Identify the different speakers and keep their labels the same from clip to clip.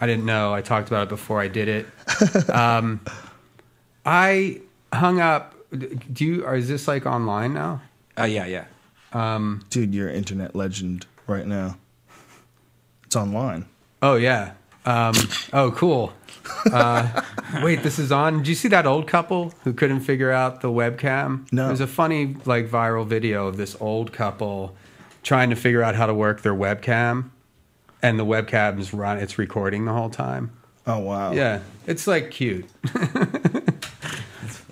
Speaker 1: I didn't know. I talked about it before I did it. Um, I hung up. Do you? Or is this like online now?
Speaker 2: Uh, yeah, yeah.
Speaker 3: Dude, you're an internet legend right now. It's online.
Speaker 1: Oh yeah. Um, oh cool. Uh, wait, this is on. Did you see that old couple who couldn't figure out the webcam?
Speaker 3: No.
Speaker 1: It was a funny like viral video of this old couple trying to figure out how to work their webcam, and the webcam's run. It's recording the whole time.
Speaker 3: Oh wow.
Speaker 1: Yeah, it's like cute.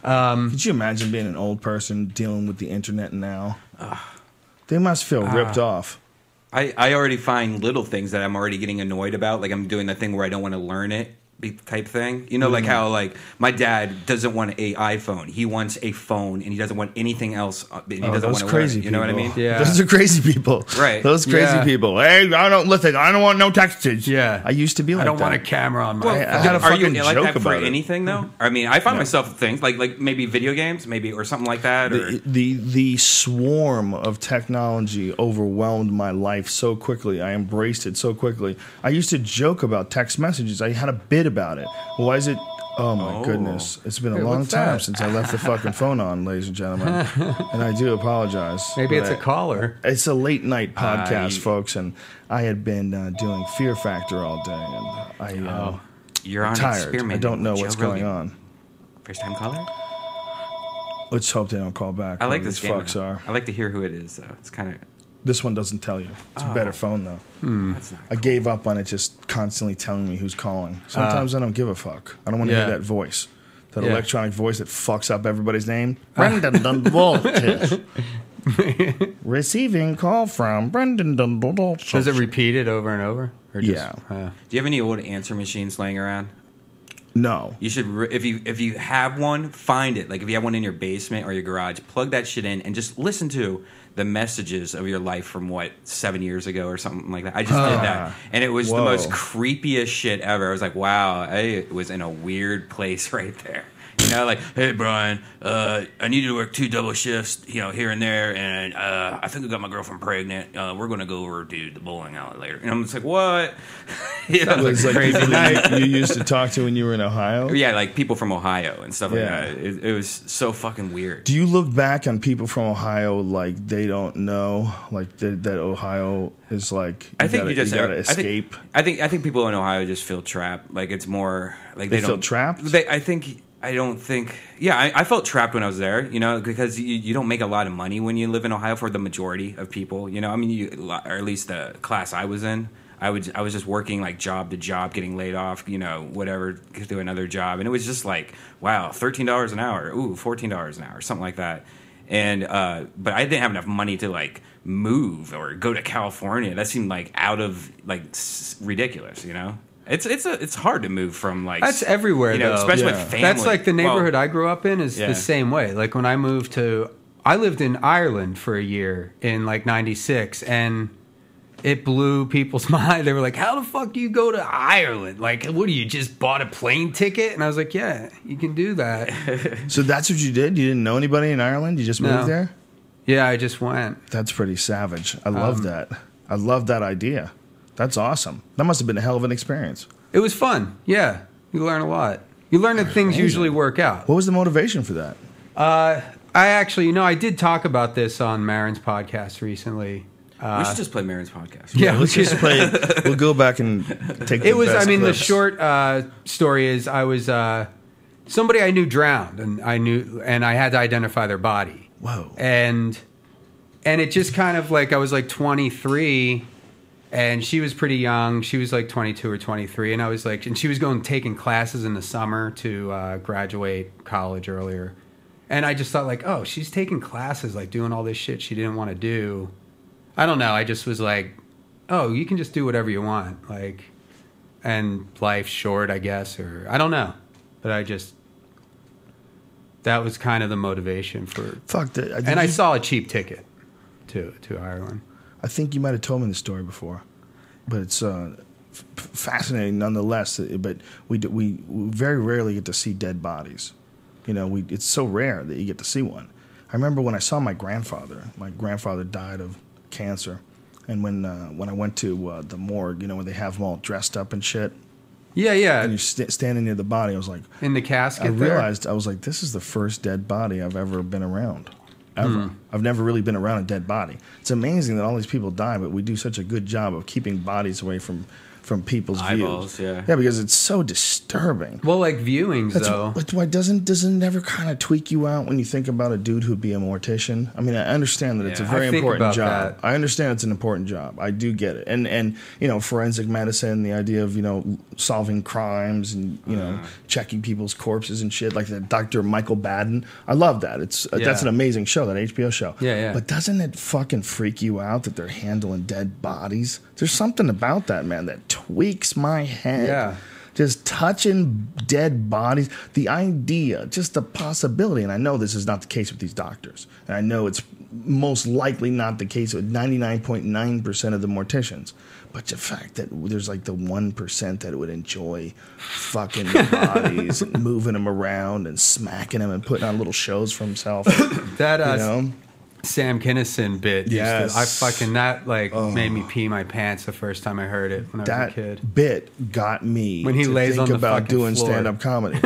Speaker 3: Could you imagine being an old person dealing with the internet now?
Speaker 2: Ah.
Speaker 3: They must feel ripped off.
Speaker 2: I, I already find little things that I'm already getting annoyed about. Like I'm doing the thing where I don't want to learn it be- type thing. You know, like
Speaker 3: Mm-hmm.
Speaker 2: how like my dad doesn't want a iPhone. He wants a phone, and he doesn't want anything else. uh, And he
Speaker 3: Oh,
Speaker 2: doesn't
Speaker 3: those
Speaker 2: want to
Speaker 3: crazy
Speaker 2: learn. it. You know what I mean?
Speaker 3: people.
Speaker 1: Yeah.
Speaker 3: Those are crazy people.
Speaker 2: Right.
Speaker 3: Those crazy
Speaker 1: Yeah.
Speaker 3: people. Hey, I don't listen. I don't want no texts.
Speaker 1: Yeah.
Speaker 3: I used to be like
Speaker 1: I don't
Speaker 3: that.
Speaker 1: want a camera on my.
Speaker 2: Well,
Speaker 3: I had a
Speaker 2: are you
Speaker 3: fucking
Speaker 2: like
Speaker 3: joke
Speaker 2: that for
Speaker 3: about it.
Speaker 2: anything though? I mean, I find myself things like like maybe video games, maybe or something like that. Or
Speaker 3: the, the the swarm of technology overwhelmed my life so quickly. I embraced it so quickly. I used to joke about text messages. I had a bit about it. Why is it? Oh my
Speaker 2: Oh.
Speaker 3: goodness! It's been a
Speaker 1: Hey,
Speaker 3: long
Speaker 1: what's
Speaker 3: time
Speaker 1: that?
Speaker 3: since I left the fucking phone on, ladies and gentlemen, and I do apologize.
Speaker 1: Maybe it's a
Speaker 3: but-
Speaker 1: caller.
Speaker 3: It's a late night podcast,
Speaker 2: I-
Speaker 3: folks, and I had been uh, doing Fear Factor all day, and I uh,
Speaker 2: You're on
Speaker 3: tired. I
Speaker 2: experiment.
Speaker 3: don't know
Speaker 2: Oh, with
Speaker 3: what's
Speaker 2: Joe
Speaker 3: going
Speaker 2: Rogan.
Speaker 3: on.
Speaker 2: First time caller.
Speaker 3: Let's hope they don't call back.
Speaker 2: I like
Speaker 3: whoever
Speaker 2: this
Speaker 3: these
Speaker 2: game.
Speaker 3: fucks are.
Speaker 2: I like to hear who it is. though. It's kind of
Speaker 3: This one doesn't tell you. It's
Speaker 2: Oh.
Speaker 3: a better phone though.
Speaker 2: that's not.
Speaker 3: I gave up on it just constantly telling me who's calling. Sometimes
Speaker 2: Ah.
Speaker 3: I don't give a fuck. I don't want to
Speaker 1: Yeah.
Speaker 3: hear that voice. That
Speaker 1: Yeah.
Speaker 3: electronic voice that fucks up everybody's name. Brendan Dunwalter. Receiving call from Brendan Dunwalter.
Speaker 1: Does it repeat it over and over? Or just,
Speaker 3: Yeah.
Speaker 1: uh,
Speaker 2: Do you have any old answer machines laying around?
Speaker 3: no.
Speaker 2: You should, re- if you if you have one, find it. Like if you have one in your basement or your garage, plug that shit in and just listen to the messages of your life from what seven years ago or something like that. I just did that, and it was the
Speaker 3: Whoa.
Speaker 2: most creepiest shit ever. I was like, wow, I was in a weird place right there. You know, like, hey Brian, uh, I need you to work two double shifts, you know, here and there, and uh, I think I got my girlfriend pregnant. Uh, we're gonna go over to the bowling alley later, and I'm just like, what? You know,
Speaker 3: It was like
Speaker 2: crazy
Speaker 3: the night you used to talk to when you were in Ohio.
Speaker 2: yeah, like people from Ohio and stuff
Speaker 3: Yeah.
Speaker 2: like that. It, it was so fucking weird.
Speaker 3: Do you look back on people from Ohio like they don't know, like that that Ohio is like? You
Speaker 2: I think
Speaker 3: gotta,
Speaker 2: you just
Speaker 3: gotta
Speaker 2: I think-
Speaker 3: escape.
Speaker 2: I think, I think people in Ohio just feel trapped. Like it's more like they,
Speaker 3: They feel
Speaker 2: don't
Speaker 3: trapped?
Speaker 2: They, I think I don't think. Yeah, I, I felt trapped when I was there. You know, because you, you don't make a lot of money when you live in Ohio for the majority of people. You know, I mean, you, or at least the class I was in. I would I was just working like job to job, getting laid off, you know, whatever, do another job, and it was just like, wow, thirteen dollars an hour, ooh, fourteen dollars an hour, something like that. and uh, but I didn't have enough money to like move or go to California. That seemed like out of like s- ridiculous, you know. It's it's a, it's hard to move from like
Speaker 1: That's everywhere,
Speaker 2: you know,
Speaker 1: though.
Speaker 2: especially
Speaker 3: Yeah.
Speaker 2: with family.
Speaker 1: That's like the neighborhood
Speaker 2: Well,
Speaker 1: I grew up in is
Speaker 2: Yeah.
Speaker 1: the same way. Like when I moved to, I lived in Ireland for a year in like '96, and it blew people's mind. They were like, "How the fuck do you go to Ireland? Like, what do you just bought a plane ticket?" And I was like, "Yeah, you can do that."
Speaker 3: So that's what you did. You didn't know anybody in Ireland. You just moved
Speaker 1: No.
Speaker 3: there.
Speaker 1: yeah, I just went.
Speaker 3: That's pretty savage. I
Speaker 1: Um,
Speaker 3: love that. I love that idea. That's awesome. That must have been a hell of an experience.
Speaker 1: It was fun. Yeah, you learn a lot. You learn that things usually work out.
Speaker 3: What was the motivation for that?
Speaker 1: I actually, you know, I did talk about this on Marin's podcast recently.
Speaker 2: we should just play Marin's podcast.
Speaker 1: Yeah,
Speaker 3: Let's
Speaker 1: which is-
Speaker 3: just play. We'll go back and take. The
Speaker 1: it was. I
Speaker 3: best
Speaker 1: mean,
Speaker 3: clips.
Speaker 1: the short uh, story is I was uh, somebody I knew drowned, and I knew, and I had to identify their body.
Speaker 3: Whoa.
Speaker 1: And and it just kind of like I was like 23, and she was pretty young. She was like 22 or 23, and I was like, and she was going taking classes in the summer to uh, graduate college earlier. And I just thought like, oh, she's taking classes, like doing all this shit she didn't want to do. I don't know. I just was like, oh, you can just do whatever you want, like, and life's short, I guess, or I don't know. But I just that was kind of the motivation for,
Speaker 3: Fuck. That, I,
Speaker 1: and I
Speaker 3: you-
Speaker 1: saw a cheap ticket to to Ireland.
Speaker 3: I think you might have told me this story before, but it's uh, f- fascinating nonetheless. uh, But we, do, we we very rarely get to see dead bodies. You know, we it's so rare that you get to see one. I remember when I saw my grandfather. My grandfather died of cancer, and when uh, when I went to uh, the morgue, you know, where they have them all dressed up and shit
Speaker 1: Yeah,
Speaker 3: and
Speaker 1: yeah.
Speaker 3: you're st- standing near the body. I was like,
Speaker 1: In the
Speaker 3: I
Speaker 1: casket. there.
Speaker 3: realized I was like, this is the first dead body I've ever been around. Ever.
Speaker 2: Hmm.
Speaker 3: I've never really been around a dead body. It's amazing that all these people die, but we do such a good job of keeping bodies away from from people's
Speaker 2: Eyeballs,
Speaker 3: views.
Speaker 2: yeah.
Speaker 3: yeah, because it's so disturbing.
Speaker 1: Well, like viewings
Speaker 3: That's,
Speaker 1: though.
Speaker 3: but why doesn't doesn't it ever kind of tweak you out when you think about a dude who'd be a mortician? I mean, I understand that it's a
Speaker 2: Yeah,
Speaker 1: I
Speaker 3: very
Speaker 1: think
Speaker 3: important
Speaker 1: about
Speaker 3: job.
Speaker 1: that.
Speaker 3: I understand it's an important job. I do get it, and and you know, forensic medicine, the idea of you know solving crimes and you
Speaker 1: Mm.
Speaker 3: know checking people's corpses and shit, like that Dr. Michael Baden. I love that. It's uh, that's
Speaker 1: Yeah.
Speaker 3: an amazing show, that HBO show.
Speaker 1: Yeah, yeah.
Speaker 3: But doesn't it fucking freak you out that they're handling dead bodies? There's something about that man that tweaks my head
Speaker 1: Yeah.
Speaker 3: just touching dead bodies the idea just the possibility and i know this is not the case with these doctors and i know it's most likely not the case with 99.9% of the morticians but the fact that there's like the 1% that would enjoy fucking bodies and moving them around and smacking them and putting on little shows for himself you
Speaker 1: that uh,
Speaker 3: know
Speaker 1: Sam Kinison bit. used to-
Speaker 3: Yes. Oh.
Speaker 1: I fucking that like made me pee my pants the first time I heard it when I was a kid.
Speaker 3: that bit got me
Speaker 1: When he
Speaker 3: to
Speaker 1: lays
Speaker 3: think
Speaker 1: on the
Speaker 3: about
Speaker 1: fucking
Speaker 3: doing
Speaker 1: floor.
Speaker 3: stand-up comedy.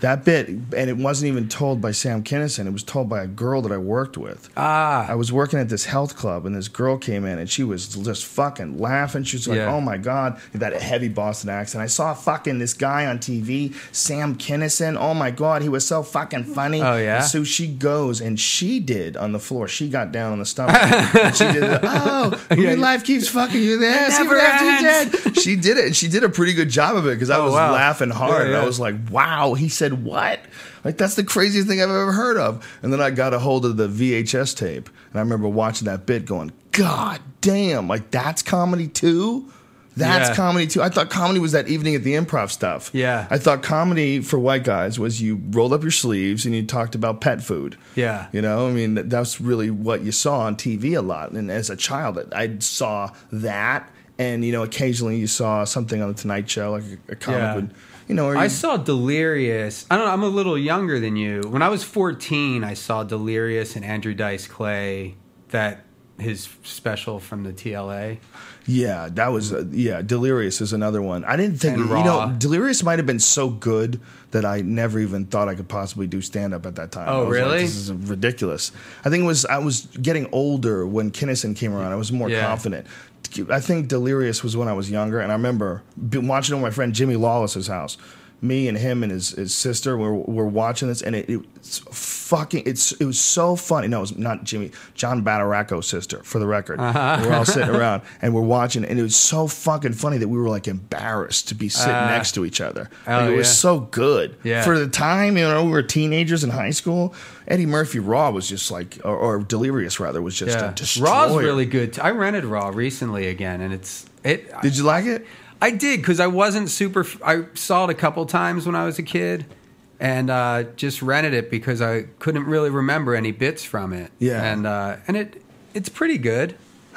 Speaker 3: that bit, and it wasn't even told by Sam Kinison. It was told by a girl that I worked with. Ah, I was working at this health club, and this girl came in, and she was just fucking laughing. She was like,
Speaker 1: Yeah.
Speaker 3: "Oh my god, that heavy Boston accent." I saw fucking this guy on TV, Sam Kinison. Oh my god, he was so fucking funny.
Speaker 1: Oh, yeah?
Speaker 3: And so she goes, and she did on the floor. She got down on the stomach. and she did. The, oh, your life keeps fucking you in the ass
Speaker 2: never
Speaker 3: even after you're
Speaker 2: ends.
Speaker 3: dead she did it, and she did a pretty good job of it because I was
Speaker 1: Oh, wow.
Speaker 3: laughing hard.
Speaker 1: Yeah,
Speaker 3: And I
Speaker 1: yeah.
Speaker 3: was like, "Wow!" He said, "What?" Like that's the craziest thing I've ever heard of. And then I got a hold of the VHS tape, and I remember watching that bit, going, "God damn! Like that's comedy too." That's
Speaker 1: Yeah.
Speaker 3: comedy too. I thought comedy was that evening at the improv stuff.
Speaker 1: Yeah.
Speaker 3: I thought comedy for white guys was you rolled up your sleeves and you talked about pet food.
Speaker 1: Yeah.
Speaker 3: You know, I mean, that- that's really what you saw on TV a lot. And as a child, I- I saw that. And, you know, occasionally you saw something on The Tonight Show, like a, a comic
Speaker 1: Yeah.
Speaker 3: would, you know, or
Speaker 1: I
Speaker 3: you-
Speaker 1: saw Delirious. I don't know. I'm a little younger than you. When I was 14, I saw Delirious and Andrew Dice Clay. That his special from the TLA.
Speaker 3: yeah, that was, uh, yeah, Delirious is another one. I didn't think,
Speaker 1: And
Speaker 3: you
Speaker 1: Raw.
Speaker 3: know, Delirious might have been so good that I never even thought I could possibly do stand up at that time.
Speaker 1: Oh,
Speaker 3: I was like,
Speaker 1: really?
Speaker 3: this is ridiculous. I think it was, I was getting older when Kinnison came around. I was more
Speaker 1: Yeah.
Speaker 3: confident. I think Delirious was when I was younger, and I remember be- watching it with my friend Jimmy Lawless's house. Me and him and his, his sister were were watching this, and it, it's fucking it's it was so funny. No, it was not Jimmy, John Badaracco's sister, for the record.
Speaker 1: Uh-huh.
Speaker 3: We're all sitting around and we're watching, and it was so fucking funny that we were like embarrassed to be sitting next to each other. Like,
Speaker 1: oh,
Speaker 3: it was
Speaker 1: Uh, yeah.
Speaker 3: so good
Speaker 1: Yeah.
Speaker 3: for the time. You know, we were teenagers in high school. Eddie Murphy Raw was just like, or, or Delirious rather, was just
Speaker 1: Yeah,
Speaker 3: a destroyer.
Speaker 1: Raw's really good. T- I rented Raw recently again, and it's it.
Speaker 3: Did you like it?
Speaker 1: I did because I wasn't super. f- I saw it a couple times when I was a kid, and uh, just rented it because I couldn't really remember any bits from it.
Speaker 3: Yeah.
Speaker 1: and uh, and it it's pretty good.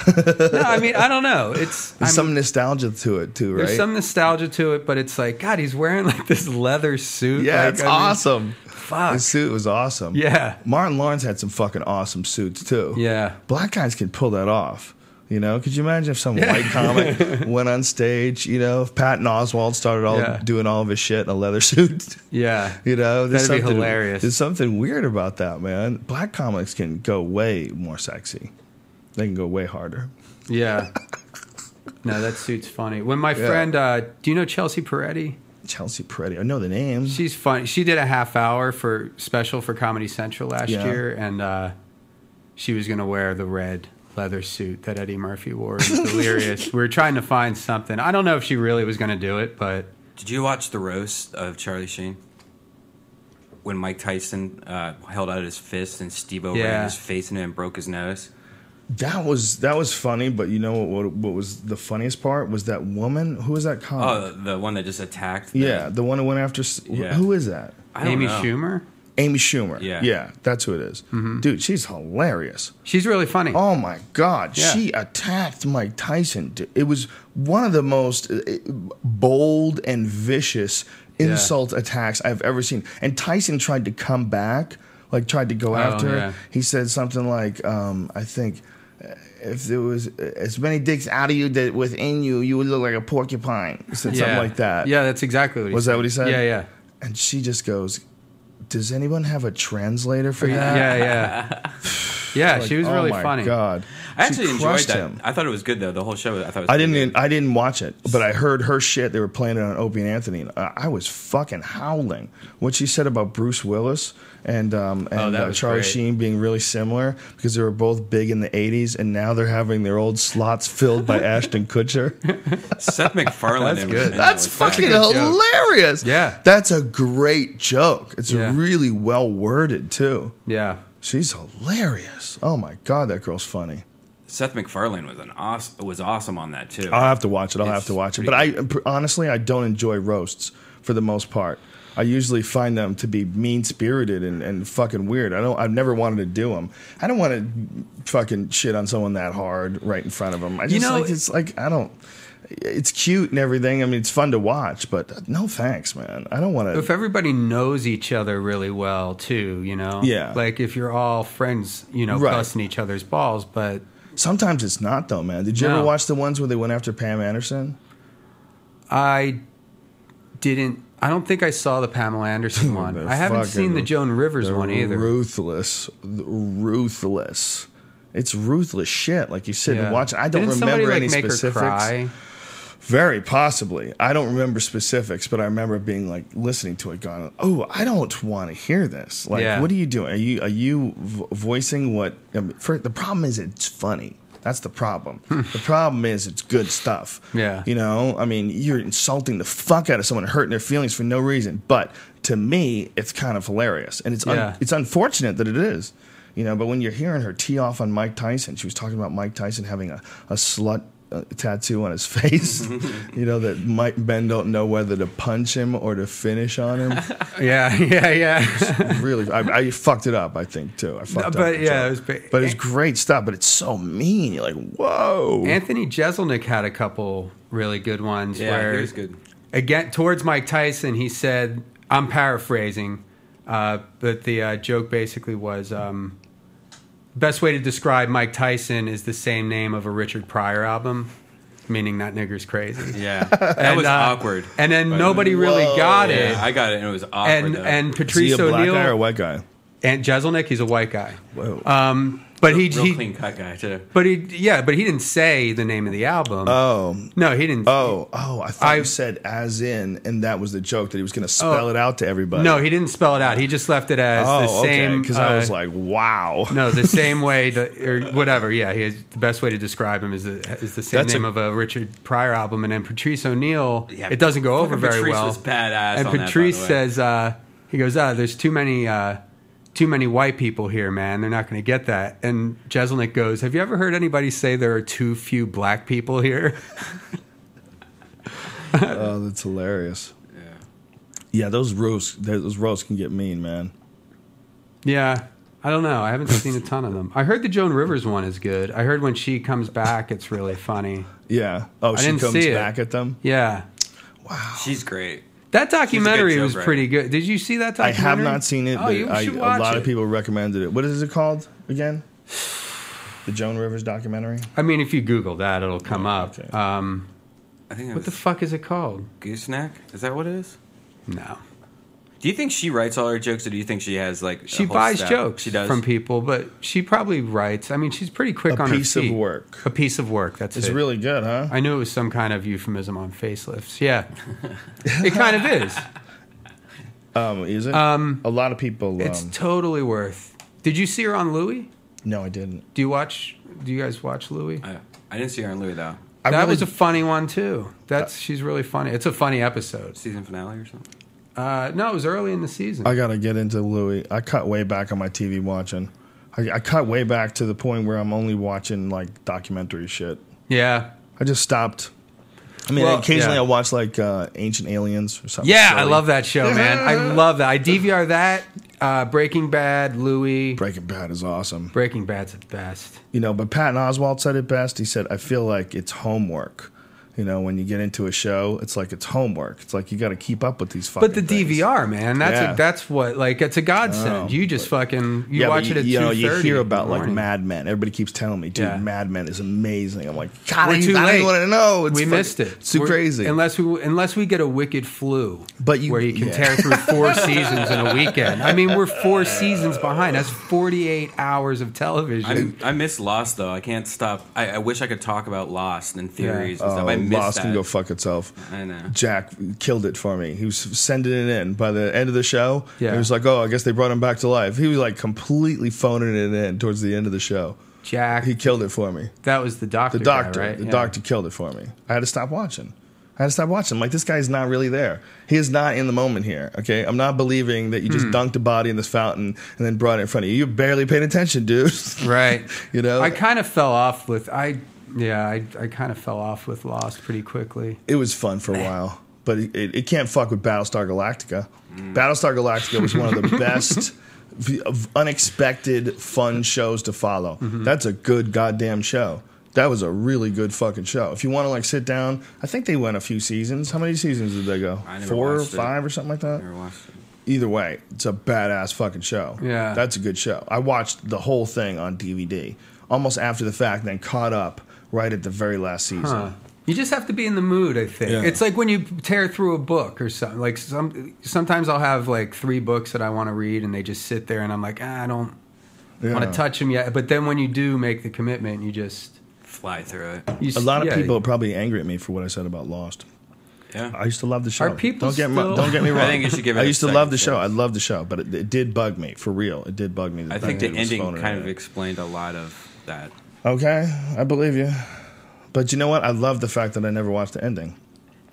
Speaker 1: no, I mean I don't know. It's
Speaker 3: There's
Speaker 1: I'm-
Speaker 3: some nostalgia to it too, right?
Speaker 1: there's some nostalgia to it, but it's like God, he's wearing like this leather suit.
Speaker 3: yeah,
Speaker 1: like,
Speaker 3: it's
Speaker 1: I mean,
Speaker 3: awesome.
Speaker 1: fuck.
Speaker 3: His suit was awesome.
Speaker 1: Yeah.
Speaker 3: Martin Lawrence had some fucking awesome suits too.
Speaker 1: Yeah.
Speaker 3: black guys can pull that off. You know, could you imagine if some white comic went on stage? You know, if Patton Oswald started all
Speaker 1: Yeah.
Speaker 3: doing all of his shit in a leather suit.
Speaker 1: Yeah,
Speaker 3: You know, there's
Speaker 1: That'd be
Speaker 3: something-
Speaker 1: hilarious.
Speaker 3: There's something weird about that, man. Black comics can go way more sexy. They can go way harder.
Speaker 1: yeah. No, that suit's funny. When my friend, uh, do you know Chelsea Peretti?
Speaker 3: Chelsea Peretti, I know the name.
Speaker 1: She's funny. She did a half hour for special for Comedy Central last
Speaker 3: Yeah.
Speaker 1: year, and uh, she was going to wear the red leather suit that Eddie Murphy wore. in Delirious. we were trying to find something. I don't know if she really was going to do it, but
Speaker 2: Did you watch the roast of Charlie Sheen? When Mike Tyson uh, held out his fist and Steve O ran
Speaker 1: Yeah.
Speaker 2: his face in it and broke his nose.
Speaker 3: That was that was funny, but you know what? What, what was the funniest part was that woman. Who was that comic?
Speaker 2: Oh, the one that just attacked. the-
Speaker 3: yeah, the one who went after. s-
Speaker 2: Yeah.
Speaker 3: Who is that?
Speaker 2: I don't
Speaker 1: Amy
Speaker 2: know.
Speaker 1: Schumer,
Speaker 3: Amy Schumer.
Speaker 2: Yeah.
Speaker 3: yeah, that's who it is. Dude, she's hilarious.
Speaker 1: she's really funny.
Speaker 3: Oh my God,
Speaker 1: Yeah.
Speaker 3: she attacked Mike Tyson. dude. It was one of the most uh, bold and vicious insult attacks I've ever seen. And Tyson tried to come back, like tried to go after her.
Speaker 1: Oh, yeah.
Speaker 3: He said something like, um, "I think." uh, if there was as many dicks out of you that within you, you would look like a porcupine. He Said something like that.
Speaker 1: Yeah, that's exactly what he
Speaker 3: Was
Speaker 1: said.
Speaker 3: that what he said?
Speaker 1: Yeah, yeah.
Speaker 3: And she just goes, "Does anyone have a translator for you?"
Speaker 1: Yeah, yeah. Yeah,
Speaker 3: Like,
Speaker 1: she was
Speaker 3: oh
Speaker 1: really
Speaker 3: my
Speaker 1: funny.
Speaker 3: God,
Speaker 2: I
Speaker 3: She
Speaker 2: actually enjoyed
Speaker 3: crushed
Speaker 2: that. I thought it was good though. The whole show, I thought it was
Speaker 3: I didn't.
Speaker 2: pretty
Speaker 3: Even, I didn't watch it, but I heard her shit. They were playing it on Opie and Anthony. And I, I was fucking howling. What she said about Bruce Willis and um,
Speaker 1: Oh,
Speaker 3: and
Speaker 2: that
Speaker 3: uh,
Speaker 2: was
Speaker 3: Charlie
Speaker 2: great.
Speaker 3: Sheen being really similar because they were both big in the '80s, and now they're having their old slots filled by Ashton Kutcher.
Speaker 2: good. Seth MacFarlane.
Speaker 1: That's
Speaker 2: and-
Speaker 1: good.
Speaker 2: and
Speaker 3: e- That's
Speaker 2: Alex Trebek.
Speaker 3: fucking
Speaker 1: a good joke.
Speaker 3: hilarious.
Speaker 1: Yeah.
Speaker 3: that's a great joke. It's
Speaker 1: Yeah.
Speaker 3: really well worded too.
Speaker 1: Yeah.
Speaker 3: She's hilarious. Oh my god, that girl's funny.
Speaker 2: Seth MacFarlane was an awesome, was awesome on that too.
Speaker 3: I'll have to watch it. I'll
Speaker 2: It's
Speaker 3: have to watch it. But I
Speaker 2: pretty
Speaker 3: pr- honestly, I don't enjoy roasts for the most part. I usually find them to be mean spirited and, and fucking weird. I don't. I've never wanted to do them. I don't want to fucking shit on someone that hard right in front of them. I just
Speaker 1: know-
Speaker 3: like it's like I don't. It's cute and everything. I mean, it's fun to watch, but no thanks, man. I don't want
Speaker 1: If
Speaker 3: to.
Speaker 1: everybody knows each other really well, too, you know?
Speaker 3: Yeah.
Speaker 1: Like if you're all friends, you know,
Speaker 3: Right.
Speaker 1: busting each other's balls, but
Speaker 3: Sometimes it's not though, man. Did you
Speaker 1: No.
Speaker 3: ever watch the ones where they went after Pam Anderson?
Speaker 1: I didn't. I don't think I saw the Pamela Anderson one.
Speaker 3: They're
Speaker 1: I haven't seen the
Speaker 3: fucking-
Speaker 1: Joan Rivers
Speaker 3: They're
Speaker 1: one either.
Speaker 3: Ruthless, ruthless. It's ruthless shit. Like you sit
Speaker 1: Yeah.
Speaker 3: and watch. I don't
Speaker 1: Didn't
Speaker 3: remember
Speaker 1: somebody,
Speaker 3: any
Speaker 1: like, make
Speaker 3: specifics.
Speaker 1: Her cry?
Speaker 3: Very possibly. I don't remember specifics, but I remember being like listening to it, going, "Oh, I don't want to hear this. Like,
Speaker 1: Yeah.
Speaker 3: what are you doing? Are you are you vo- voicing what? I mean, for, the problem is it's funny. That's the problem. the problem is it's good stuff.
Speaker 1: Hmm. Yeah.
Speaker 3: You know, I mean, you're insulting the fuck out of someone, hurting their feelings for no reason. But to me, it's kind of hilarious, and it's
Speaker 1: Yeah.
Speaker 3: un- it's unfortunate that it is. You know, but when you're hearing her tee off on Mike Tyson, she was talking about Mike Tyson having a, a slut uh, tattoo on his face. you know that Mike men don't know whether to punch him or to finish on him.
Speaker 1: Yeah, yeah, yeah.
Speaker 3: really, I, I fucked it up. I think too. I fucked up.
Speaker 1: but
Speaker 3: the
Speaker 1: yeah,
Speaker 3: joke.
Speaker 1: it was ba-
Speaker 3: but it's great stuff. But it's so mean. You're like, whoa.
Speaker 1: Anthony Jeselnik had a couple really good ones.
Speaker 2: yeah,
Speaker 1: where
Speaker 2: it was good.
Speaker 1: again towards Mike Tyson, he said, "I'm paraphrasing," uh, but the uh, joke basically was, um, "Best way to describe Mike Tyson is the same name of a Richard Pryor album, meaning that nigger's crazy."
Speaker 2: Yeah, that was
Speaker 1: uh,
Speaker 2: awkward.
Speaker 1: And then
Speaker 2: But-
Speaker 1: nobody really
Speaker 3: Whoa.
Speaker 1: got it.
Speaker 2: Yeah, I got it, and it was awkward.
Speaker 1: and
Speaker 2: though.
Speaker 1: and
Speaker 3: Is he
Speaker 1: Patrice
Speaker 3: a black guy or a
Speaker 1: O'Neill
Speaker 3: white guy?
Speaker 1: and Jeselnik, he's a white guy.
Speaker 3: Whoa.
Speaker 1: Um, but he,
Speaker 2: real
Speaker 1: he
Speaker 2: clean cut guy too.
Speaker 1: but he yeah, but he didn't say the name of the album.
Speaker 2: Uh,
Speaker 3: oh.
Speaker 1: no, he didn't.
Speaker 3: Oh, oh! I thought
Speaker 1: I-
Speaker 3: you said "as in," and that was the joke that he was going to spell it out to everybody.
Speaker 1: Oh. no, he didn't spell it out. He just left it as
Speaker 3: oh,
Speaker 1: the same.
Speaker 3: because
Speaker 1: uh,
Speaker 3: I was like, "Wow!"
Speaker 1: no, the same way that or whatever. Yeah, he is, the best way to describe him is the is the same
Speaker 3: That's a-
Speaker 1: name of a Richard Pryor album, and then Patrice O'Neill.
Speaker 2: Yeah,
Speaker 1: it doesn't go over
Speaker 2: fucking
Speaker 1: very
Speaker 2: Patrice
Speaker 1: well.
Speaker 2: was badass
Speaker 1: and
Speaker 2: on that, by
Speaker 1: Patrice
Speaker 2: the way.
Speaker 1: says uh, he goes, "Ah, there's too many." Uh, too many white people here, man. They're not going to get that. And Jeselnik goes, "Have you ever heard anybody say there are too few black people here?"
Speaker 3: Oh, that's hilarious.
Speaker 2: Yeah.
Speaker 3: Yeah, those roasts, those roasts can get mean, man.
Speaker 1: Yeah. I don't know. I haven't seen a ton of them. I heard the Joan Rivers one is good. I heard when she comes back, it's really funny.
Speaker 3: Yeah. Oh, she
Speaker 1: didn't
Speaker 3: comes
Speaker 1: see it.
Speaker 3: back at them.
Speaker 1: Yeah.
Speaker 2: She's great.
Speaker 1: That documentary
Speaker 2: joke
Speaker 1: was
Speaker 2: writer.
Speaker 1: pretty good. Did you see that
Speaker 3: I
Speaker 1: documentary?
Speaker 3: have not seen it,
Speaker 1: Oh,
Speaker 3: but
Speaker 1: you
Speaker 3: I,
Speaker 1: should
Speaker 3: a
Speaker 1: watch
Speaker 3: lot
Speaker 1: it.
Speaker 3: of people recommended it. What is it called again? The Joan Rivers documentary.
Speaker 1: I mean, if you Google that, it'll come up.
Speaker 3: okay.
Speaker 1: Um,
Speaker 2: I think it
Speaker 1: what
Speaker 2: was
Speaker 1: the fuck is it called?
Speaker 2: Gooseneck. Is that what it is?
Speaker 1: No.
Speaker 2: Do you think she writes all her jokes, or do you think she has like a
Speaker 1: She
Speaker 2: whole
Speaker 1: buys
Speaker 2: staff?
Speaker 1: jokes
Speaker 2: She does.
Speaker 1: from people, but she probably writes. I mean, she's pretty quick
Speaker 3: A
Speaker 1: on her
Speaker 3: piece of
Speaker 1: feet.
Speaker 3: work.
Speaker 1: A piece of work. That's
Speaker 3: It's
Speaker 1: it.
Speaker 3: really good, huh?
Speaker 1: I knew it was some kind of euphemism on facelifts. Yeah. it kind of is.
Speaker 3: Um, is it? Um, a lot of people.
Speaker 1: It's
Speaker 3: um,
Speaker 1: totally worth. Did you see her on Louie?
Speaker 3: no, I didn't.
Speaker 1: Do you watch? Do you guys watch Louie?
Speaker 2: I, Oh, I didn't see her in Louis though.
Speaker 3: I
Speaker 1: that
Speaker 3: really-
Speaker 1: was a funny one too. That's she's really funny. It's a funny episode.
Speaker 2: Season finale or something.
Speaker 1: Uh, no, it was early in the season.
Speaker 3: I gotta get into Louis. I cut way back on my TV watching. I, I cut way back to the point where I'm only watching like documentary shit.
Speaker 1: yeah,
Speaker 3: I just stopped. I mean,
Speaker 1: Well,
Speaker 3: occasionally
Speaker 1: yeah.
Speaker 3: I watch like uh, Ancient Aliens or something.
Speaker 1: yeah, I
Speaker 3: silly.
Speaker 1: love that show, man. I love that. I DVR that. Uh, Breaking Bad, Louie.
Speaker 3: Breaking Bad is awesome.
Speaker 1: Breaking Bad's the best.
Speaker 3: You know, but Patton Oswald said it best. He said, "I feel like it's homework. You know, when you get into a show, it's like it's homework. It's like you got to keep up with these fucking.
Speaker 1: But the
Speaker 3: things.
Speaker 1: DVR, man, that's
Speaker 3: Yeah.
Speaker 1: a, that's what like it's a godsend.
Speaker 3: Oh,
Speaker 1: you just fucking you
Speaker 3: Yeah, but
Speaker 1: watch it at two
Speaker 3: you know,
Speaker 1: thirty.
Speaker 3: you hear about like Mad Men. Everybody keeps telling me, dude,
Speaker 1: Yeah.
Speaker 3: Mad Men is amazing. I'm like, God,
Speaker 1: We're
Speaker 3: I,
Speaker 1: too
Speaker 3: I don't
Speaker 1: late.
Speaker 3: even want to know. It's
Speaker 1: we
Speaker 3: fucking-
Speaker 1: missed it.
Speaker 3: It's too
Speaker 1: We're-
Speaker 3: crazy.
Speaker 1: Unless we unless we get a wicked flu,
Speaker 3: But you-
Speaker 1: where you can
Speaker 3: yeah.
Speaker 1: tear through four seasons in a weekend. I mean, we're four seasons behind. That's forty eight hours of television.
Speaker 2: I, I miss Lost though. I can't stop. I, I wish I could talk about Lost and theories and
Speaker 3: Oh,
Speaker 2: stuff. I miss
Speaker 3: Lost
Speaker 2: that.
Speaker 3: can go fuck itself.
Speaker 2: I know.
Speaker 3: Jack killed it for me. He was sending it in by the end of the show.
Speaker 1: Yeah.
Speaker 3: It was like, oh, I guess they brought him back to life. He was like completely phoning it in towards the end of the show.
Speaker 1: Jack,
Speaker 3: He killed it for me.
Speaker 1: that was the doctor.
Speaker 3: The doctor,
Speaker 1: guy, right?
Speaker 3: the
Speaker 1: Yeah.
Speaker 3: doctor killed it for me. I had to stop watching. I had to stop watching. I'm like, this guy's not really there. He is not in the moment here. Okay, I'm not believing that you just
Speaker 1: Hmm.
Speaker 3: dunked a body in this fountain and then brought it in front of you. You barely paid attention, dude.
Speaker 1: right?
Speaker 3: You know?
Speaker 1: I kind of fell off with I. Yeah, I, I kind of fell off with Lost pretty quickly.
Speaker 3: it was fun for a while, but it, it, it can't fuck with Battlestar Galactica. Battlestar Galactica was one of the best, v- of unexpected, fun shows to follow.
Speaker 2: Mm-hmm.
Speaker 3: That's a good goddamn show. That was a really good fucking show. If you want to like sit down, I think they went a few seasons. How many seasons did they go?
Speaker 2: I never
Speaker 3: Four,
Speaker 2: watched it.
Speaker 3: five, or something like that.
Speaker 2: Never watched it.
Speaker 3: Either way, it's a badass fucking show.
Speaker 1: Yeah.
Speaker 3: that's a good show. I watched the whole thing on DVD, almost after the fact, then caught up right at the very last season.
Speaker 1: Huh. You just have to be in the mood, I think.
Speaker 3: Yeah.
Speaker 1: It's like when you tear through a book or something. Like some sometimes I'll have like three books that I want to read and they just sit there and I'm like, ah, I don't want
Speaker 3: Yeah.
Speaker 1: to touch them yet. But then when you do make the commitment, you just
Speaker 2: Fly through it.
Speaker 1: you
Speaker 3: A
Speaker 1: s-
Speaker 3: lot of
Speaker 1: yeah.
Speaker 3: people are probably angry at me for what I said about Lost.
Speaker 2: Yeah.
Speaker 3: I used to love the show.
Speaker 1: Are people
Speaker 3: don't get
Speaker 1: still-
Speaker 3: me, don't get me
Speaker 2: I
Speaker 3: wrong.
Speaker 2: think you should give it
Speaker 3: I
Speaker 2: a
Speaker 3: used to
Speaker 2: second
Speaker 3: love the show.
Speaker 2: chance.
Speaker 3: I loved the show, but it, it did bug me for real. It did bug me.
Speaker 2: I
Speaker 3: that
Speaker 2: think the
Speaker 3: dude was
Speaker 2: ending
Speaker 3: phoning
Speaker 2: kind
Speaker 3: it
Speaker 2: of
Speaker 3: in.
Speaker 2: explained a lot of that.
Speaker 3: okay. I believe you, but you know what? I love the fact that I never watched the ending.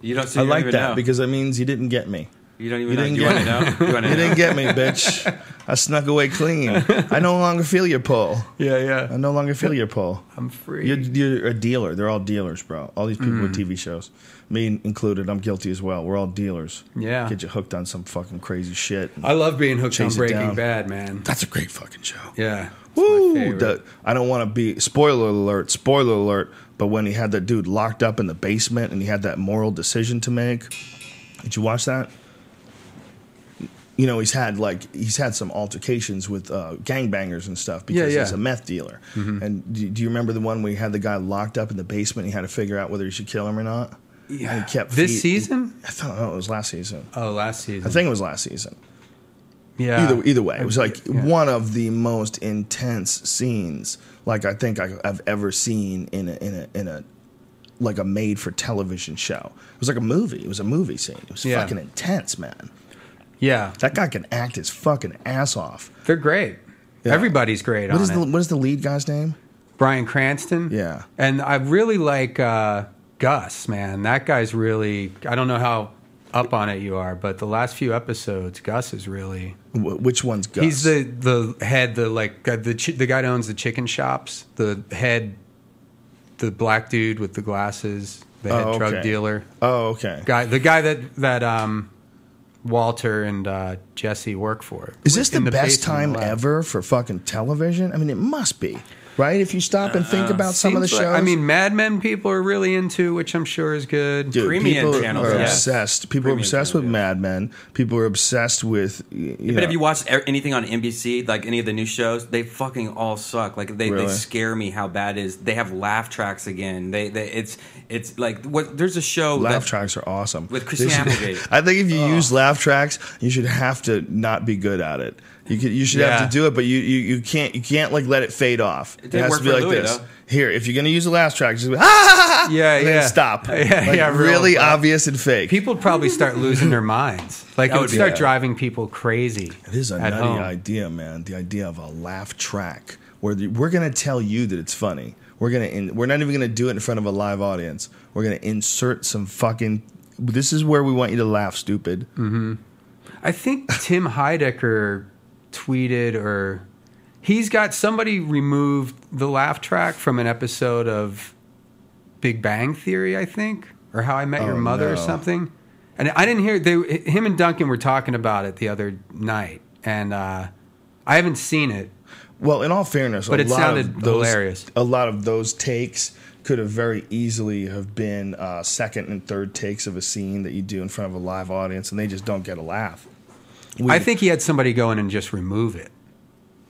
Speaker 2: You don't. So
Speaker 3: I
Speaker 2: you don't
Speaker 3: like
Speaker 2: even
Speaker 3: that
Speaker 2: know.
Speaker 3: because that means you didn't get me.
Speaker 2: you don't even
Speaker 3: you
Speaker 2: know.
Speaker 3: didn't
Speaker 2: You want to know? You want
Speaker 3: You
Speaker 2: to know?
Speaker 3: didn't get me, bitch. I snuck away clean. I no longer feel your pull.
Speaker 1: Yeah,
Speaker 3: I
Speaker 1: yeah.
Speaker 3: no longer feel your pull.
Speaker 1: I'm free.
Speaker 3: You're, you're a dealer. They're all dealers, bro. All these people with TV shows, me included. I'm guilty as well. We're all dealers.
Speaker 1: Yeah.
Speaker 3: get you hooked on some fucking crazy shit.
Speaker 1: I love being hooked
Speaker 3: Chase
Speaker 1: on
Speaker 3: it
Speaker 1: Breaking
Speaker 3: down.
Speaker 1: Bad, man.
Speaker 3: That's a great fucking show.
Speaker 1: Yeah. It's my
Speaker 3: Woo!
Speaker 1: favorite.
Speaker 3: The- I don't want to be spoiler alert. Spoiler alert. But when he had that dude locked up in the basement and he had that moral decision to make, did you watch that? You know, he's had like he's had some altercations with uh, gangbangers and stuff because
Speaker 1: yeah. Mm-hmm.
Speaker 3: he's a meth dealer. And do, do you remember the one where he had the guy locked up in the basement? and He had to figure out whether he should kill him or not. Yeah, and he kept
Speaker 1: This
Speaker 3: he-
Speaker 1: season?
Speaker 3: I thought no, it was last season.
Speaker 1: Oh, last season.
Speaker 3: I think it was last season
Speaker 1: yeah.
Speaker 3: either either way, it was like
Speaker 1: Yeah.
Speaker 3: one of the most intense scenes like I think I, I've ever seen in a, in a in a like a made for television show. It was like a movie. It was a movie scene. It was
Speaker 1: Yeah.
Speaker 3: fucking intense, man.
Speaker 1: Yeah.
Speaker 3: That guy can act his fucking ass off.
Speaker 1: They're great.
Speaker 3: Yeah.
Speaker 1: Everybody's great
Speaker 3: What
Speaker 1: on
Speaker 3: is
Speaker 1: it.
Speaker 3: the what is the lead guy's name?
Speaker 1: Brian Cranston.
Speaker 3: Yeah.
Speaker 1: And I really like uh, Gus, man. That guy's really, I don't know how up on it you are, but the last few episodes, Gus is really.
Speaker 3: Wh- which one's Gus?
Speaker 1: He's the, the head, the like, uh, the, chi- the guy that owns the chicken shops, the head, the black dude with the glasses, the head
Speaker 3: Oh,
Speaker 1: drug
Speaker 3: okay.
Speaker 1: dealer.
Speaker 3: oh okay.
Speaker 1: Guy, the guy that, that, um, Walter and uh, Jesse work for.
Speaker 3: Is this the,
Speaker 1: In
Speaker 3: best
Speaker 1: basement
Speaker 3: time
Speaker 1: lab.
Speaker 3: ever for fucking television? I mean, it must be, right? If you stop and think about some of the
Speaker 1: Uh, Seems
Speaker 3: shows.
Speaker 1: like- I mean, Mad Men people are really into, which I'm sure is good.
Speaker 3: Dude,
Speaker 2: Premium
Speaker 3: people
Speaker 2: channels,
Speaker 3: are
Speaker 2: yeah.
Speaker 3: obsessed. People are
Speaker 2: Premium
Speaker 3: obsessed with
Speaker 2: channels,
Speaker 3: Mad Men. People are obsessed with. y- You
Speaker 2: But
Speaker 3: know,
Speaker 2: have you watched e- anything on NBC? Like any of the new shows, they fucking all suck. Like they,
Speaker 3: Really?
Speaker 2: they scare me how bad it is. They have laugh tracks again. They, they it's it's like what there's a show
Speaker 3: laugh
Speaker 2: that,
Speaker 3: tracks are awesome.
Speaker 2: With
Speaker 3: They
Speaker 2: Christina
Speaker 3: should-
Speaker 2: Applegate. Oh.
Speaker 3: I think if you use laugh tracks, you should have to not be good at it. You could, you should
Speaker 1: Yeah.
Speaker 3: have to do it, but you, you, you can't you can't like let it fade off. It,
Speaker 2: didn't
Speaker 3: has
Speaker 2: work
Speaker 3: to be
Speaker 2: for
Speaker 3: like
Speaker 2: Louis,
Speaker 3: this.
Speaker 2: though.
Speaker 3: Here, if you're gonna use a laugh track, just be, ah,
Speaker 1: Yeah,
Speaker 3: and then
Speaker 1: yeah.
Speaker 3: stop.
Speaker 1: Yeah,
Speaker 3: Like,
Speaker 1: yeah, real
Speaker 3: really uh,
Speaker 1: fast.
Speaker 3: obvious and fake.
Speaker 1: people would probably start losing their minds. Like it
Speaker 2: That
Speaker 1: would
Speaker 2: would be
Speaker 1: start
Speaker 3: bad.
Speaker 1: driving people crazy.
Speaker 3: It is a
Speaker 1: at
Speaker 3: nutty
Speaker 1: home.
Speaker 3: idea, man. The idea of a laugh track where the, we're going to tell you that it's funny. We're gonna in, we're not even going to do it in front of a live audience. We're going to insert some fucking. This is where we want you to laugh, stupid.
Speaker 1: Hmm. I think Tim Heidecker tweeted or he's got somebody removed the laugh track from an episode of Big Bang Theory, I think, or How I Met Your
Speaker 3: Oh,
Speaker 1: Mother or
Speaker 3: no.
Speaker 1: something. And I didn't hear they him and Duncan were talking about it the other night, and uh, I haven't seen it.
Speaker 3: Well, in all fairness,
Speaker 1: But
Speaker 3: a
Speaker 1: it
Speaker 3: lot
Speaker 1: sounded
Speaker 3: of those,
Speaker 1: hilarious.
Speaker 3: A lot of those takes could have very easily have been uh, second and third takes of a scene that you do in front of a live audience, and they just don't get a laugh. We-
Speaker 1: I think he had somebody go in and just remove it.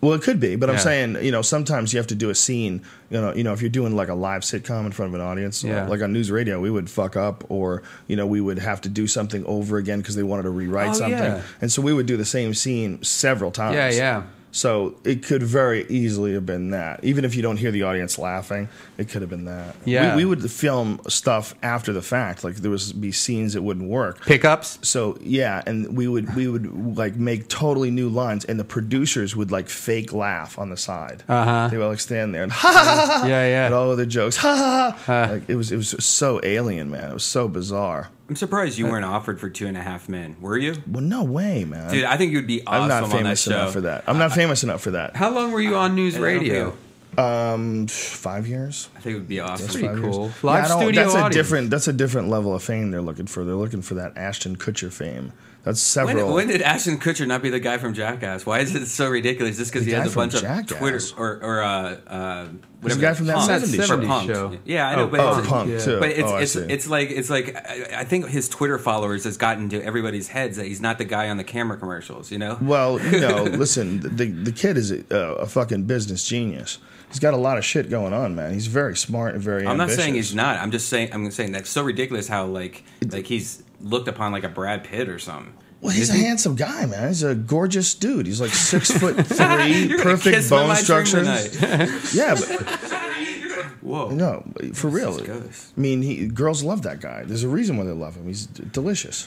Speaker 3: Well, it could be, but I'm
Speaker 1: Yeah.
Speaker 3: saying you know sometimes you have to do a scene. You know, you know if you're doing like a live sitcom in front of an audience,
Speaker 1: Yeah.
Speaker 3: like on news radio, we would fuck up, or you know we would have to do something over again because they wanted to rewrite
Speaker 1: Oh,
Speaker 3: something,
Speaker 1: yeah.
Speaker 3: and so we would do the same scene several times.
Speaker 1: Yeah, yeah.
Speaker 3: So it could very easily have been that. Even if you don't hear the audience laughing, it could have been that.
Speaker 1: Yeah.
Speaker 3: we, we would film stuff after the fact. Like there was be scenes that wouldn't work,
Speaker 1: Pickups.
Speaker 3: so yeah, and we would we would like make totally new lines, and the producers would like fake laugh on the side.
Speaker 1: Uh-huh.
Speaker 3: They would like stand there and ha ha ha, ha
Speaker 1: Yeah, yeah.
Speaker 3: at all of the jokes. Ha ha ha. Like it was it was so alien, man. It was so bizarre.
Speaker 2: I'm surprised you weren't offered for Two and a Half Men. Were you,
Speaker 3: Well, no way, man.
Speaker 2: dude? I think you'd be awesome
Speaker 3: I'm not
Speaker 2: on that
Speaker 3: famous
Speaker 2: show.
Speaker 3: enough for that. I'm not famous enough for that.
Speaker 1: How long were you on news
Speaker 2: I don't
Speaker 1: radio?
Speaker 2: think-
Speaker 3: Um, five years.
Speaker 2: I think it would be
Speaker 1: That's
Speaker 2: awesome.
Speaker 1: pretty
Speaker 3: Five years.
Speaker 1: cool.
Speaker 3: Yeah,
Speaker 1: Live
Speaker 3: I don't-
Speaker 1: studio
Speaker 3: That's
Speaker 1: audience.
Speaker 3: a different. That's a different level of fame they're looking for. They're looking for that Ashton Kutcher fame. That's several.
Speaker 2: When, when did Ashton Kutcher not be the guy from Jackass? Why is it so ridiculous? Just because he
Speaker 3: guy
Speaker 2: has a
Speaker 3: from
Speaker 2: bunch of
Speaker 3: Jackass?
Speaker 2: Twitter or or uh, uh,
Speaker 3: He's
Speaker 2: whatever.
Speaker 3: the guy from that
Speaker 2: Punk'd.
Speaker 3: 70s
Speaker 2: Or
Speaker 3: show.
Speaker 2: Punk'd.
Speaker 1: show.
Speaker 2: Yeah, I know,
Speaker 1: Oh,
Speaker 2: but
Speaker 3: oh,
Speaker 2: it's,
Speaker 3: punk
Speaker 1: yeah.
Speaker 3: too.
Speaker 2: but it's
Speaker 3: oh, I
Speaker 2: it's,
Speaker 3: see.
Speaker 2: it's like it's like I, I think his Twitter followers has gotten into everybody's heads that he's not the guy on the camera commercials. You know,
Speaker 3: Well, you know, listen, the the kid is a, a fucking business genius. He's got a lot of shit going on, man. He's very smart and very.
Speaker 2: I'm not
Speaker 3: ambitious.
Speaker 2: saying he's not. I'm just saying I'm saying that's so ridiculous how like like he's looked upon like a Brad Pitt or something.
Speaker 3: Well, he's a handsome guy, man. He's a gorgeous dude. He's like six foot three,
Speaker 2: You're gonna
Speaker 3: perfect
Speaker 2: kiss my
Speaker 3: bone
Speaker 2: live dream
Speaker 3: structure.
Speaker 2: tonight.
Speaker 3: Yeah, but
Speaker 2: Whoa.
Speaker 3: no, for real.
Speaker 2: Disgust.
Speaker 3: I mean, he, girls love that guy. There's a reason why they love him. He's d- delicious.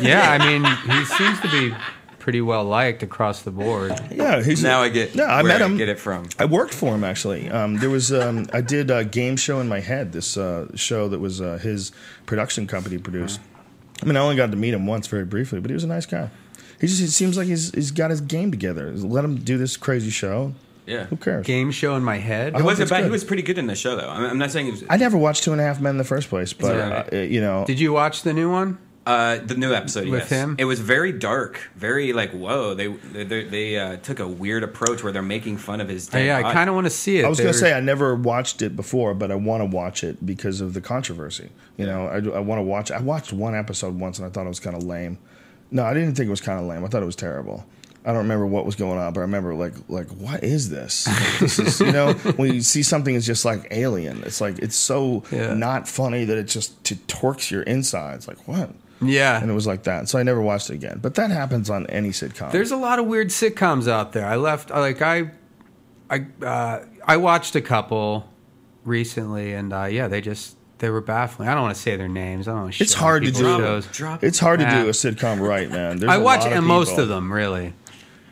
Speaker 1: Yeah, I mean, he seems to be pretty well liked across the board.
Speaker 3: Yeah, he's
Speaker 2: Now I get
Speaker 3: No, I
Speaker 2: where
Speaker 3: met him.
Speaker 2: Get it from.
Speaker 3: I worked for him actually. Um, there was um, I did a game show in my head. This uh, show that was uh, his production company produced. I mean, I only got to meet him once, very briefly, but he was a nice guy. He just it seems like he's he's got his game together. Let him do this crazy show.
Speaker 2: Yeah.
Speaker 3: Who cares?
Speaker 1: Game show in my head.
Speaker 2: It
Speaker 3: hope
Speaker 2: wasn't
Speaker 3: it's
Speaker 2: bad. He
Speaker 3: good.
Speaker 2: was pretty good in the show, though. I'm, I'm not saying he was.
Speaker 3: I never watched Two and a Half Men in the first place, but
Speaker 2: alright.
Speaker 3: uh, you know,
Speaker 1: Did you watch the new one?
Speaker 2: Uh, the new episode
Speaker 1: With
Speaker 2: yes.
Speaker 1: him?
Speaker 2: It was very dark, very like whoa. They they, they, they uh, took a weird approach where they're making fun of his.
Speaker 1: Oh,
Speaker 2: Dead
Speaker 1: yeah, I
Speaker 2: body.
Speaker 1: kind of want to see it.
Speaker 3: I was
Speaker 1: They
Speaker 3: going
Speaker 1: were-
Speaker 3: to say I never watched it before, but I want to watch it because of the controversy. You know, I, want to watch. I watched one episode once and I thought it was kind of lame. No, I didn't think it was kind of lame. I thought it was terrible. I don't remember what was going on, but I remember like like what is this? Like, this is you know when you see something that's just like alien. It's like it's so
Speaker 1: Yeah.
Speaker 3: not funny that it just it torques your insides. Like what?
Speaker 1: Yeah.
Speaker 3: And it was like that. So I never watched it again. But that happens on any sitcom.
Speaker 1: There's a lot of weird sitcoms out there. I left like I, I uh, I watched a couple recently, and uh, yeah, they just they were baffling. I don't want to say their names. I don't. Want to
Speaker 3: It's hard to do.
Speaker 2: Drop
Speaker 3: it's hard to
Speaker 1: Yeah.
Speaker 3: do a sitcom right, man. There's
Speaker 1: I
Speaker 3: a
Speaker 1: watch
Speaker 3: lot
Speaker 1: and most
Speaker 3: people.
Speaker 1: of them really.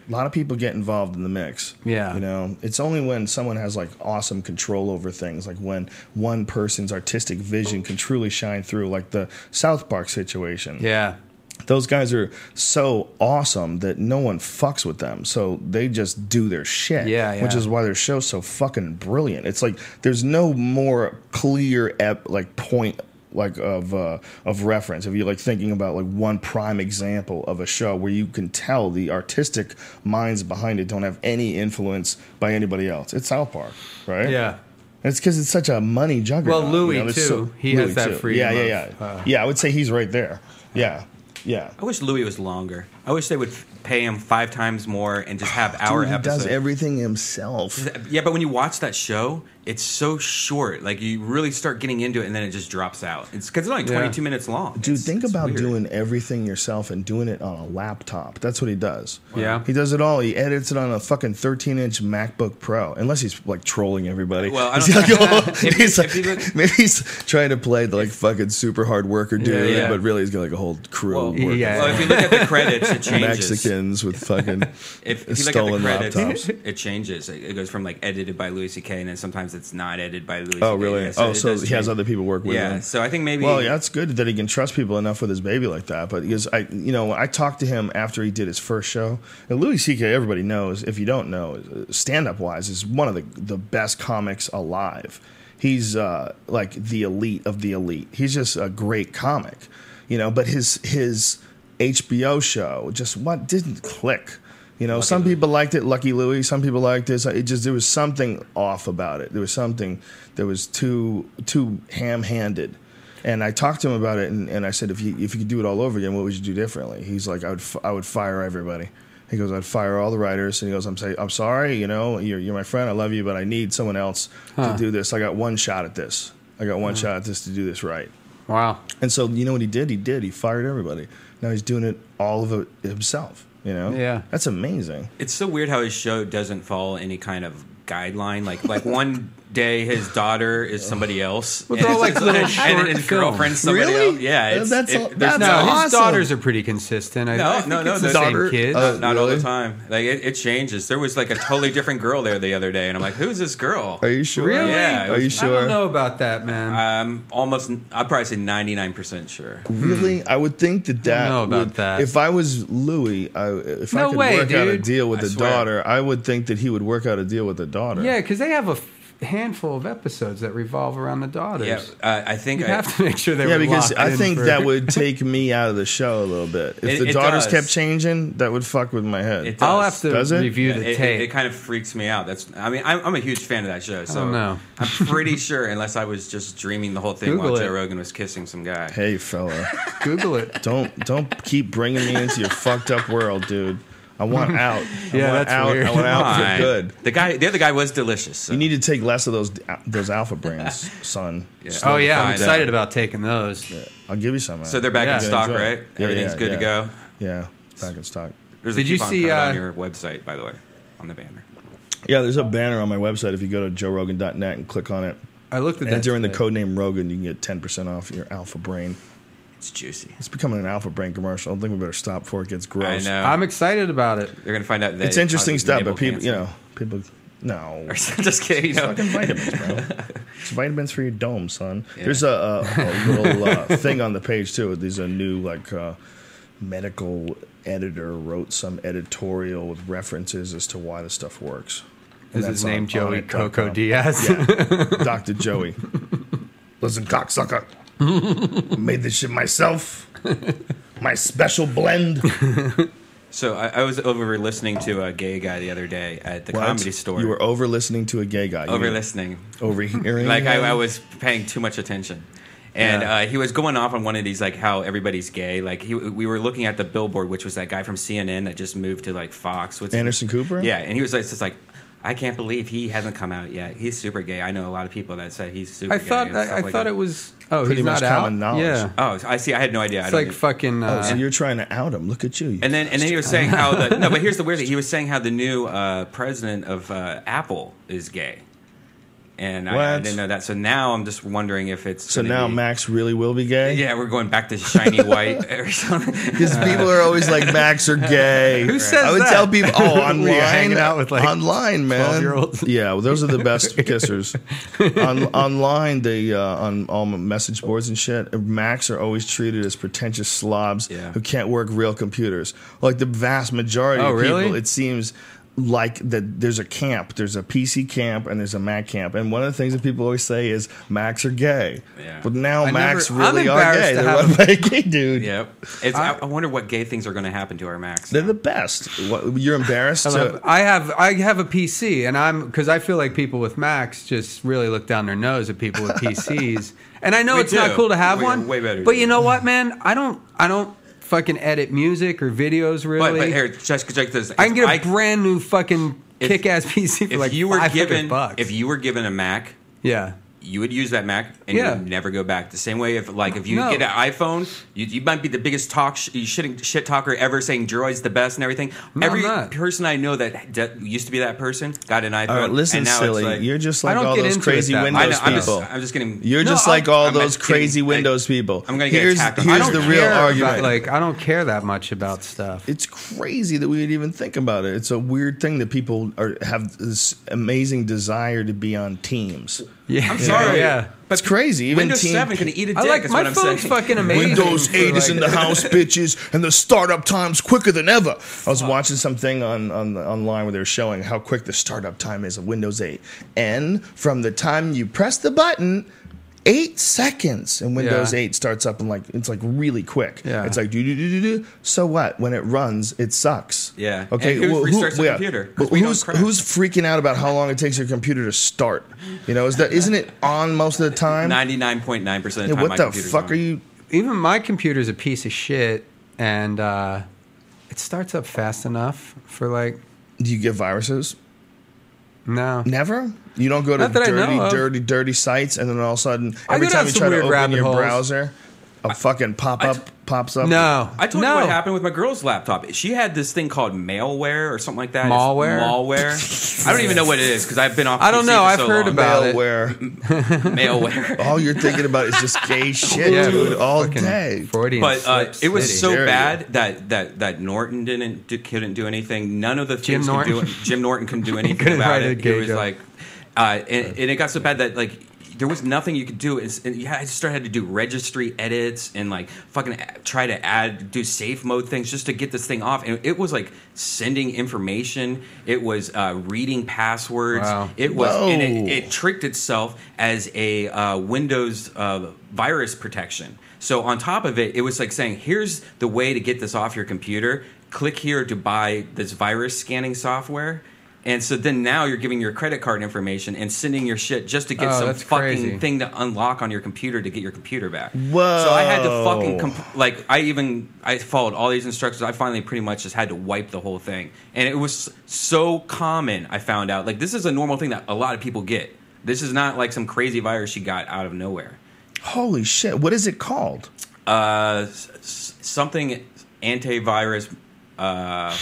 Speaker 3: a lot of people get involved in the mix.
Speaker 1: Yeah.
Speaker 3: You know, it's only when someone has like awesome control over things, like when one person's artistic vision can truly shine through, like the South Park situation.
Speaker 1: Yeah.
Speaker 3: Those guys are so awesome that no one fucks with them. So they just do their shit.
Speaker 1: Yeah, yeah.
Speaker 3: Which is why their show's so fucking brilliant. It's like there's no more clear ep- like point like of uh, of reference. If you're like thinking about like one prime example of a show where you can tell the artistic minds behind it don't have any influence by anybody else. It's South Park, right?
Speaker 1: Yeah.
Speaker 3: It's because it's such a money juggernaut.
Speaker 1: Well, Louis,
Speaker 3: there's
Speaker 1: too. He has that freedom
Speaker 3: Yeah, yeah,
Speaker 1: of,
Speaker 3: yeah.
Speaker 1: uh,
Speaker 3: yeah, I would say he's right there. Yeah, yeah.
Speaker 2: I wish Louis was longer. I wish they would f- pay him five times more and just have our
Speaker 3: Dude, he
Speaker 2: episode.
Speaker 3: does everything himself.
Speaker 2: yeah, but when you watch that show, it's so short. Like you really start getting into it, and then it just drops out. It's because it's only
Speaker 1: Yeah.
Speaker 2: 22 minutes long.
Speaker 3: Dude,
Speaker 2: It's-
Speaker 3: think
Speaker 2: it's
Speaker 3: about
Speaker 2: weird.
Speaker 3: doing everything yourself and doing it on a laptop. That's what he does.
Speaker 1: Yeah.
Speaker 3: he does it all. He edits it on a fucking 13-inch MacBook Pro, unless he's like trolling everybody.
Speaker 2: Well, I
Speaker 3: He's
Speaker 2: don't-
Speaker 3: like, oh,
Speaker 2: if- if
Speaker 3: he's like-
Speaker 2: you look-
Speaker 3: maybe he's trying to play the like fucking super hard worker dude,
Speaker 1: yeah.
Speaker 3: but really he's got like a whole crew.
Speaker 2: Well,
Speaker 3: working
Speaker 1: yeah.
Speaker 2: well, if you look at the credits, it changes.
Speaker 3: Mexicans with fucking
Speaker 2: If, if you look at the
Speaker 3: stolen
Speaker 2: credits,
Speaker 3: laptops.
Speaker 2: it changes. It it goes from like edited by Louis C.K. and then sometimes it's not edited by Louis.
Speaker 3: Oh,
Speaker 2: C.K..
Speaker 3: really?
Speaker 2: Yeah,
Speaker 3: oh,
Speaker 2: it
Speaker 3: so
Speaker 2: does
Speaker 3: he has
Speaker 2: change.
Speaker 3: other people work with
Speaker 2: Yeah,
Speaker 3: him.
Speaker 2: so I think maybe.
Speaker 3: Well, yeah, that's good that he can trust people enough with his baby like that. But because I, you know, I talked to him after he did his first show. And Louis C.K. Everybody knows. If you don't know, stand up wise, is one of the the best comics alive. He's uh, like the elite of the elite. He's just a great comic, you know. But his his HBO show just what didn't click. You know,
Speaker 2: Lucky
Speaker 3: some
Speaker 2: Louie.
Speaker 3: people liked it, Lucky Louie. Some people liked it. So It just there was something off about it. There was something that was too too ham-handed. And I talked to him about it, and, and I said, if you if you could do it all over again, what would you do differently? He's like, I would f- I would fire everybody. He goes, I'd fire all the writers, and he goes, I'm say, I'm sorry, you know, you're you're my friend, I love you, but I need someone else to do this. I got one shot at this. I got one shot at this to do this right.
Speaker 1: Wow.
Speaker 3: And so you know what he did? He did. He fired everybody. Now he's doing it all of it himself. You know?
Speaker 1: Yeah.
Speaker 3: That's amazing.
Speaker 2: It's so weird how his show doesn't follow any kind of guideline. Like like one day his daughter is somebody else,
Speaker 1: Well, they're all
Speaker 2: and
Speaker 1: like little short
Speaker 2: and his
Speaker 1: films.
Speaker 2: girlfriend's somebody
Speaker 3: Really?
Speaker 2: else. Yeah, it's,
Speaker 3: That's
Speaker 2: it-
Speaker 3: all-
Speaker 2: there's
Speaker 3: that's
Speaker 2: no,
Speaker 1: No, his
Speaker 3: awesome.
Speaker 1: daughters are pretty consistent. I,
Speaker 2: No,
Speaker 1: I think
Speaker 2: no, no,
Speaker 1: it's the
Speaker 2: the
Speaker 1: same
Speaker 3: daughter-
Speaker 1: kids.
Speaker 3: uh,
Speaker 2: not all the
Speaker 3: Really?
Speaker 2: time. Like it, it changes. There was like a totally different girl there the other day, and I'm like, who's this girl?
Speaker 3: Are you sure?
Speaker 1: Really?
Speaker 2: Yeah, it
Speaker 3: Are you
Speaker 2: was-
Speaker 1: I don't
Speaker 3: sure?
Speaker 1: know about that, man.
Speaker 2: I'm Um, almost. I'd probably say 99 percent sure.
Speaker 3: Really? I would think that that.
Speaker 1: Hmm. know about
Speaker 3: would-
Speaker 1: that.
Speaker 3: If I was Louis, I, if
Speaker 1: No
Speaker 3: I could
Speaker 1: way,
Speaker 3: work out a
Speaker 1: dude.
Speaker 3: deal with
Speaker 2: I
Speaker 3: the
Speaker 2: swear.
Speaker 3: daughter, I would think that he would work out a deal with the daughter.
Speaker 1: yeah, because they have a f- handful of episodes that revolve around the daughters.
Speaker 2: Yeah, uh, I think
Speaker 1: You
Speaker 2: I,
Speaker 1: have to make sure they
Speaker 3: Yeah,
Speaker 1: were
Speaker 3: because
Speaker 1: locked
Speaker 3: I
Speaker 1: in
Speaker 3: think
Speaker 1: for-
Speaker 3: that would take me out of the show a little bit. If
Speaker 2: It-
Speaker 3: the
Speaker 2: it
Speaker 3: daughters
Speaker 2: does.
Speaker 3: kept changing, that would fuck with my head.
Speaker 2: It does.
Speaker 1: I'll have to
Speaker 3: Does it?
Speaker 1: review the
Speaker 2: it, it-
Speaker 1: tape. Oh,
Speaker 2: it kind of freaks me out. That's. I mean, I'm, I'm a huge fan of that show, so
Speaker 1: don't know.
Speaker 2: I'm pretty sure, unless I was just dreaming the whole thing
Speaker 1: Google
Speaker 2: while Joe
Speaker 1: it.
Speaker 2: Rogan was kissing some guy.
Speaker 3: Hey, fella,
Speaker 1: Google it.
Speaker 3: don't don't keep bringing me into your fucked up world, dude. I want out. I
Speaker 1: Yeah,
Speaker 3: want
Speaker 1: that's
Speaker 3: out.
Speaker 1: weird.
Speaker 3: I want out
Speaker 2: Fine.
Speaker 3: for good.
Speaker 2: The guy, the other guy was delicious. so-
Speaker 3: You need to take less of those those alpha brands, son. Slow
Speaker 1: Oh yeah,
Speaker 3: down.
Speaker 1: I'm
Speaker 2: Fine.
Speaker 1: excited about taking those.
Speaker 3: I'll give you some. man.
Speaker 2: so they're back
Speaker 1: Yeah.
Speaker 2: in stock,
Speaker 3: Enjoy.
Speaker 2: right?
Speaker 3: Yeah,
Speaker 2: Everything's
Speaker 3: yeah,
Speaker 2: good
Speaker 3: yeah.
Speaker 2: to go.
Speaker 3: Yeah, back in stock.
Speaker 2: There's a
Speaker 1: Did you
Speaker 2: coupon
Speaker 1: see,
Speaker 2: code
Speaker 1: uh,
Speaker 2: on your website, by the way, on the banner?
Speaker 3: Yeah, there's a banner on my website. If you go to joerogan.net and click on it,
Speaker 1: I looked at that
Speaker 3: enter in the
Speaker 1: today.
Speaker 3: code name Rogan, you can get 10% off your alpha brain.
Speaker 2: It's juicy.
Speaker 3: It's becoming an alpha brain commercial. I think we better stop before it gets gross.
Speaker 2: I know.
Speaker 1: I'm excited about it.
Speaker 2: They're gonna find out. That
Speaker 3: It's
Speaker 2: it
Speaker 3: interesting
Speaker 2: causes
Speaker 3: stuff,
Speaker 2: nipple
Speaker 3: but people, you
Speaker 2: cancer.
Speaker 3: know, people, no.
Speaker 2: just kidding. You know?
Speaker 3: fucking vitamins, bro. It's vitamins for your dome, son.
Speaker 2: Yeah.
Speaker 3: There's a, a, a little uh, thing on the page too. There's a new like uh, medical editor wrote some editorial with references as to why the stuff works. And
Speaker 1: Is
Speaker 3: that's
Speaker 1: his
Speaker 3: on-
Speaker 1: name
Speaker 3: on
Speaker 1: Joey
Speaker 3: it dot
Speaker 1: Coco
Speaker 3: com.
Speaker 1: Diaz?
Speaker 3: Dr. Joey. Listen, cocksucker. Made this shit myself. My special blend.
Speaker 2: So I, I was over listening to a gay guy the other day at the comedy store.
Speaker 3: You were over listening to a gay guy. You
Speaker 2: over
Speaker 3: were
Speaker 2: listening.
Speaker 3: Overhearing.
Speaker 2: Like I,
Speaker 3: him?
Speaker 2: I was paying too much attention. And
Speaker 3: Yeah.
Speaker 2: uh, he was going off on one of these, like how everybody's gay. Like he, we were looking at the billboard, which was that guy from CNN that just moved to like Fox. What's his-
Speaker 3: Anderson Cooper?
Speaker 2: Yeah, and he was like, just like, I can't believe he hasn't come out yet. He's super gay. I know a lot of people that said he's super.
Speaker 1: I
Speaker 2: gay
Speaker 1: thought
Speaker 2: and
Speaker 1: I,
Speaker 2: stuff
Speaker 1: I
Speaker 2: like
Speaker 1: thought
Speaker 2: that.
Speaker 1: it was. Oh,
Speaker 3: Pretty
Speaker 1: he's
Speaker 3: much
Speaker 1: not out.
Speaker 3: common knowledge.
Speaker 1: Yeah,
Speaker 2: Oh, I see. I had no idea. I
Speaker 1: it's
Speaker 2: don't
Speaker 1: like
Speaker 2: know.
Speaker 1: fucking. Uh,
Speaker 3: Oh, so you're trying to out him. Look at you.
Speaker 2: And then, and then he was saying how the no, but here's the weird thing. He was saying how the new uh, president of uh, Apple is gay, and I, I
Speaker 3: What?
Speaker 2: didn't know that. So now I'm just wondering if it's
Speaker 3: so
Speaker 2: gonna
Speaker 3: now
Speaker 2: be-
Speaker 3: Max really will be gay?
Speaker 2: yeah, we're going back to shiny white or something.
Speaker 3: Because people are always like, Max are gay. Who
Speaker 1: says
Speaker 3: I would
Speaker 1: that?
Speaker 3: tell people, oh,
Speaker 1: When
Speaker 3: online.
Speaker 1: you're hanging out with, like,
Speaker 3: online, man.
Speaker 1: 12-year-olds.
Speaker 3: Yeah, well, those are the best kissers. on, online, they, uh, on all my message boards and shit, Macs are always treated as pretentious slobs
Speaker 2: Yeah.
Speaker 3: who can't work real computers. Like the vast majority
Speaker 1: Oh,
Speaker 3: of
Speaker 1: really?
Speaker 3: people, it seems like that there's a camp there's a pc camp and there's a mac camp and one of the things that people always say is macs are gay
Speaker 2: Yeah.
Speaker 3: but now
Speaker 1: I
Speaker 3: macs
Speaker 1: never- I'm
Speaker 3: really are
Speaker 1: embarrassed
Speaker 3: gay
Speaker 1: to
Speaker 3: they're
Speaker 1: have
Speaker 3: run by a gay dude
Speaker 2: yep. It's, I, I wonder what gay things are going to happen to our Max.
Speaker 3: they're the best. What, you're embarrassed
Speaker 1: I love-
Speaker 3: to.
Speaker 1: I have I have a PC and I'm because I feel like people with Macs just really look down their nose at people with PCs. and I know
Speaker 2: We
Speaker 1: it's not
Speaker 2: do.
Speaker 1: cool to have
Speaker 2: We are
Speaker 1: one,
Speaker 2: way better
Speaker 1: But
Speaker 2: than
Speaker 1: you
Speaker 2: you.
Speaker 1: know what, man? I don't I don't fucking edit music or videos
Speaker 2: But,
Speaker 1: really.
Speaker 2: but here, just check this.
Speaker 1: I can get
Speaker 2: a
Speaker 1: a brand new fucking
Speaker 2: If-
Speaker 1: kick ass PC for
Speaker 2: if
Speaker 1: like
Speaker 2: you were
Speaker 1: 500
Speaker 2: given
Speaker 1: bucks.
Speaker 2: if you were given a Mac,
Speaker 1: yeah.
Speaker 2: you would use that Mac and
Speaker 1: Yeah.
Speaker 2: you would never go back. The same way if like if you
Speaker 1: No.
Speaker 2: get an iPhone, you, you might be the biggest talk sh- you shouldn't shit talker ever, saying droid's the best and everything.
Speaker 1: No, I'm
Speaker 2: Every
Speaker 1: not.
Speaker 2: person I know that d- used to be that person got an iPhone.
Speaker 3: All right, listen,
Speaker 2: and now
Speaker 3: silly.
Speaker 2: It's like,
Speaker 3: you're just
Speaker 1: I
Speaker 3: like
Speaker 1: don't
Speaker 3: all
Speaker 1: get
Speaker 3: those
Speaker 1: into
Speaker 3: crazy
Speaker 1: it that much.
Speaker 2: I
Speaker 3: Windows
Speaker 2: know, I'm just,
Speaker 3: people.
Speaker 2: I'm just getting.
Speaker 3: you're
Speaker 1: No,
Speaker 3: just
Speaker 1: I'm-
Speaker 3: like all
Speaker 2: I'm
Speaker 3: those
Speaker 2: just
Speaker 3: crazy
Speaker 2: kidding.
Speaker 3: Windows people.
Speaker 2: I'm gonna get
Speaker 3: here's,
Speaker 2: attacked on- I
Speaker 3: Here's
Speaker 1: I
Speaker 2: don't
Speaker 3: the
Speaker 1: care
Speaker 3: real
Speaker 1: about-
Speaker 3: argument.
Speaker 1: like I don't care that much about stuff.
Speaker 3: it's crazy that we would even think about it. It's a weird thing that people are have this amazing desire to be on teams.
Speaker 1: yeah.
Speaker 2: I'm sorry.
Speaker 1: Yeah.
Speaker 3: It's crazy. Even
Speaker 2: Windows
Speaker 3: team-
Speaker 2: Seven can eat a dick.
Speaker 1: I like
Speaker 2: is
Speaker 1: my
Speaker 2: what I'm
Speaker 1: phone's
Speaker 2: saying.
Speaker 1: fucking amazing.
Speaker 3: Windows
Speaker 1: for,
Speaker 3: 8 is
Speaker 1: like-
Speaker 3: in the house, bitches, and the startup time's quicker than ever. I was watching something on, on the, online where they were showing how quick the startup time is of Windows 8. And from the time you press the button, eight seconds, and Windows
Speaker 1: Yeah.
Speaker 3: 8 starts up and like it's like really quick.
Speaker 1: Yeah.
Speaker 3: It's like do do do do do. So what? When it runs, it sucks.
Speaker 2: Yeah.
Speaker 3: Okay.
Speaker 2: And who
Speaker 3: well,
Speaker 2: restarts the
Speaker 3: yeah.
Speaker 2: computer? 'Cause
Speaker 3: Well,
Speaker 2: we don't
Speaker 3: Who's
Speaker 2: crash.
Speaker 3: who's freaking out about how long it takes your computer to start? You know, is that isn't it on most of the time?
Speaker 2: Ninety nine point nine percent
Speaker 3: Yeah,
Speaker 2: of the time.
Speaker 3: what
Speaker 2: my
Speaker 3: the
Speaker 2: computer's
Speaker 3: fuck
Speaker 2: on.
Speaker 3: are you?
Speaker 1: Even my computer's a piece of shit, and uh, it starts up fast enough for like
Speaker 3: Do you get viruses?
Speaker 1: no.
Speaker 3: Never. You don't go to
Speaker 1: Not that I
Speaker 3: dirty,
Speaker 1: know of.
Speaker 3: dirty, dirty sites, and then all of a sudden,
Speaker 1: I
Speaker 3: every
Speaker 1: go
Speaker 3: time
Speaker 1: down
Speaker 3: you
Speaker 1: some
Speaker 3: try to
Speaker 1: weird
Speaker 3: open
Speaker 1: rabbit
Speaker 3: your
Speaker 1: holes.
Speaker 3: browser, a fucking pop
Speaker 2: I
Speaker 3: up
Speaker 2: t-
Speaker 3: pops up.
Speaker 1: No,
Speaker 2: I told
Speaker 1: no.
Speaker 2: you what happened with my girl's laptop. She had this thing called malware or something like that. It's
Speaker 1: Malware?
Speaker 2: malware. I don't even know what it is because I've been off.
Speaker 1: I don't
Speaker 2: PC
Speaker 1: know.
Speaker 2: for
Speaker 1: I've
Speaker 2: so
Speaker 1: heard
Speaker 2: long.
Speaker 1: about- it.
Speaker 3: malware.
Speaker 2: malware.
Speaker 3: all you're thinking about is just gay shit,
Speaker 1: Yeah,
Speaker 3: dude, all
Speaker 1: fucking
Speaker 3: day.
Speaker 1: Freudian
Speaker 2: but uh,
Speaker 1: slip
Speaker 2: it was
Speaker 1: city.
Speaker 2: so
Speaker 3: Dare you.
Speaker 2: bad that that that Norton didn't do, couldn't do anything. None of the
Speaker 1: Jim
Speaker 2: things could do
Speaker 1: Norton?
Speaker 2: it. Jim Norton couldn't do anything
Speaker 1: couldn't
Speaker 2: about
Speaker 1: write a
Speaker 2: it. It
Speaker 1: gay
Speaker 2: was
Speaker 1: joke.
Speaker 2: like, uh, and, and it got so bad that like there was nothing you could do. It's, and you had, I started had to do registry edits and like fucking a- try to add do safe mode things just to get this thing off. And it was like sending information. It was uh, reading passwords.
Speaker 1: Wow.
Speaker 2: It was and
Speaker 3: Whoa.
Speaker 2: it, it tricked itself as a uh, Windows uh, virus protection. So on top of it, it was like saying, "Here's the way to get this off your computer. Click here to buy this virus scanning software." And so then now you're giving your credit card information and sending your shit just to get
Speaker 1: Oh,
Speaker 2: some
Speaker 1: that's
Speaker 2: fucking
Speaker 1: crazy.
Speaker 2: thing to unlock on your computer to get your computer back. So I had to fucking
Speaker 3: Whoa.
Speaker 2: comp- like I even I followed all these instructions. I finally pretty much just had to wipe the whole thing, and it was so common. I found out like this is a normal thing that a lot of people get. This is not like some crazy virus you got out of nowhere.
Speaker 3: Holy shit! What is it called?
Speaker 2: Uh, s- s- something antivirus. Uh,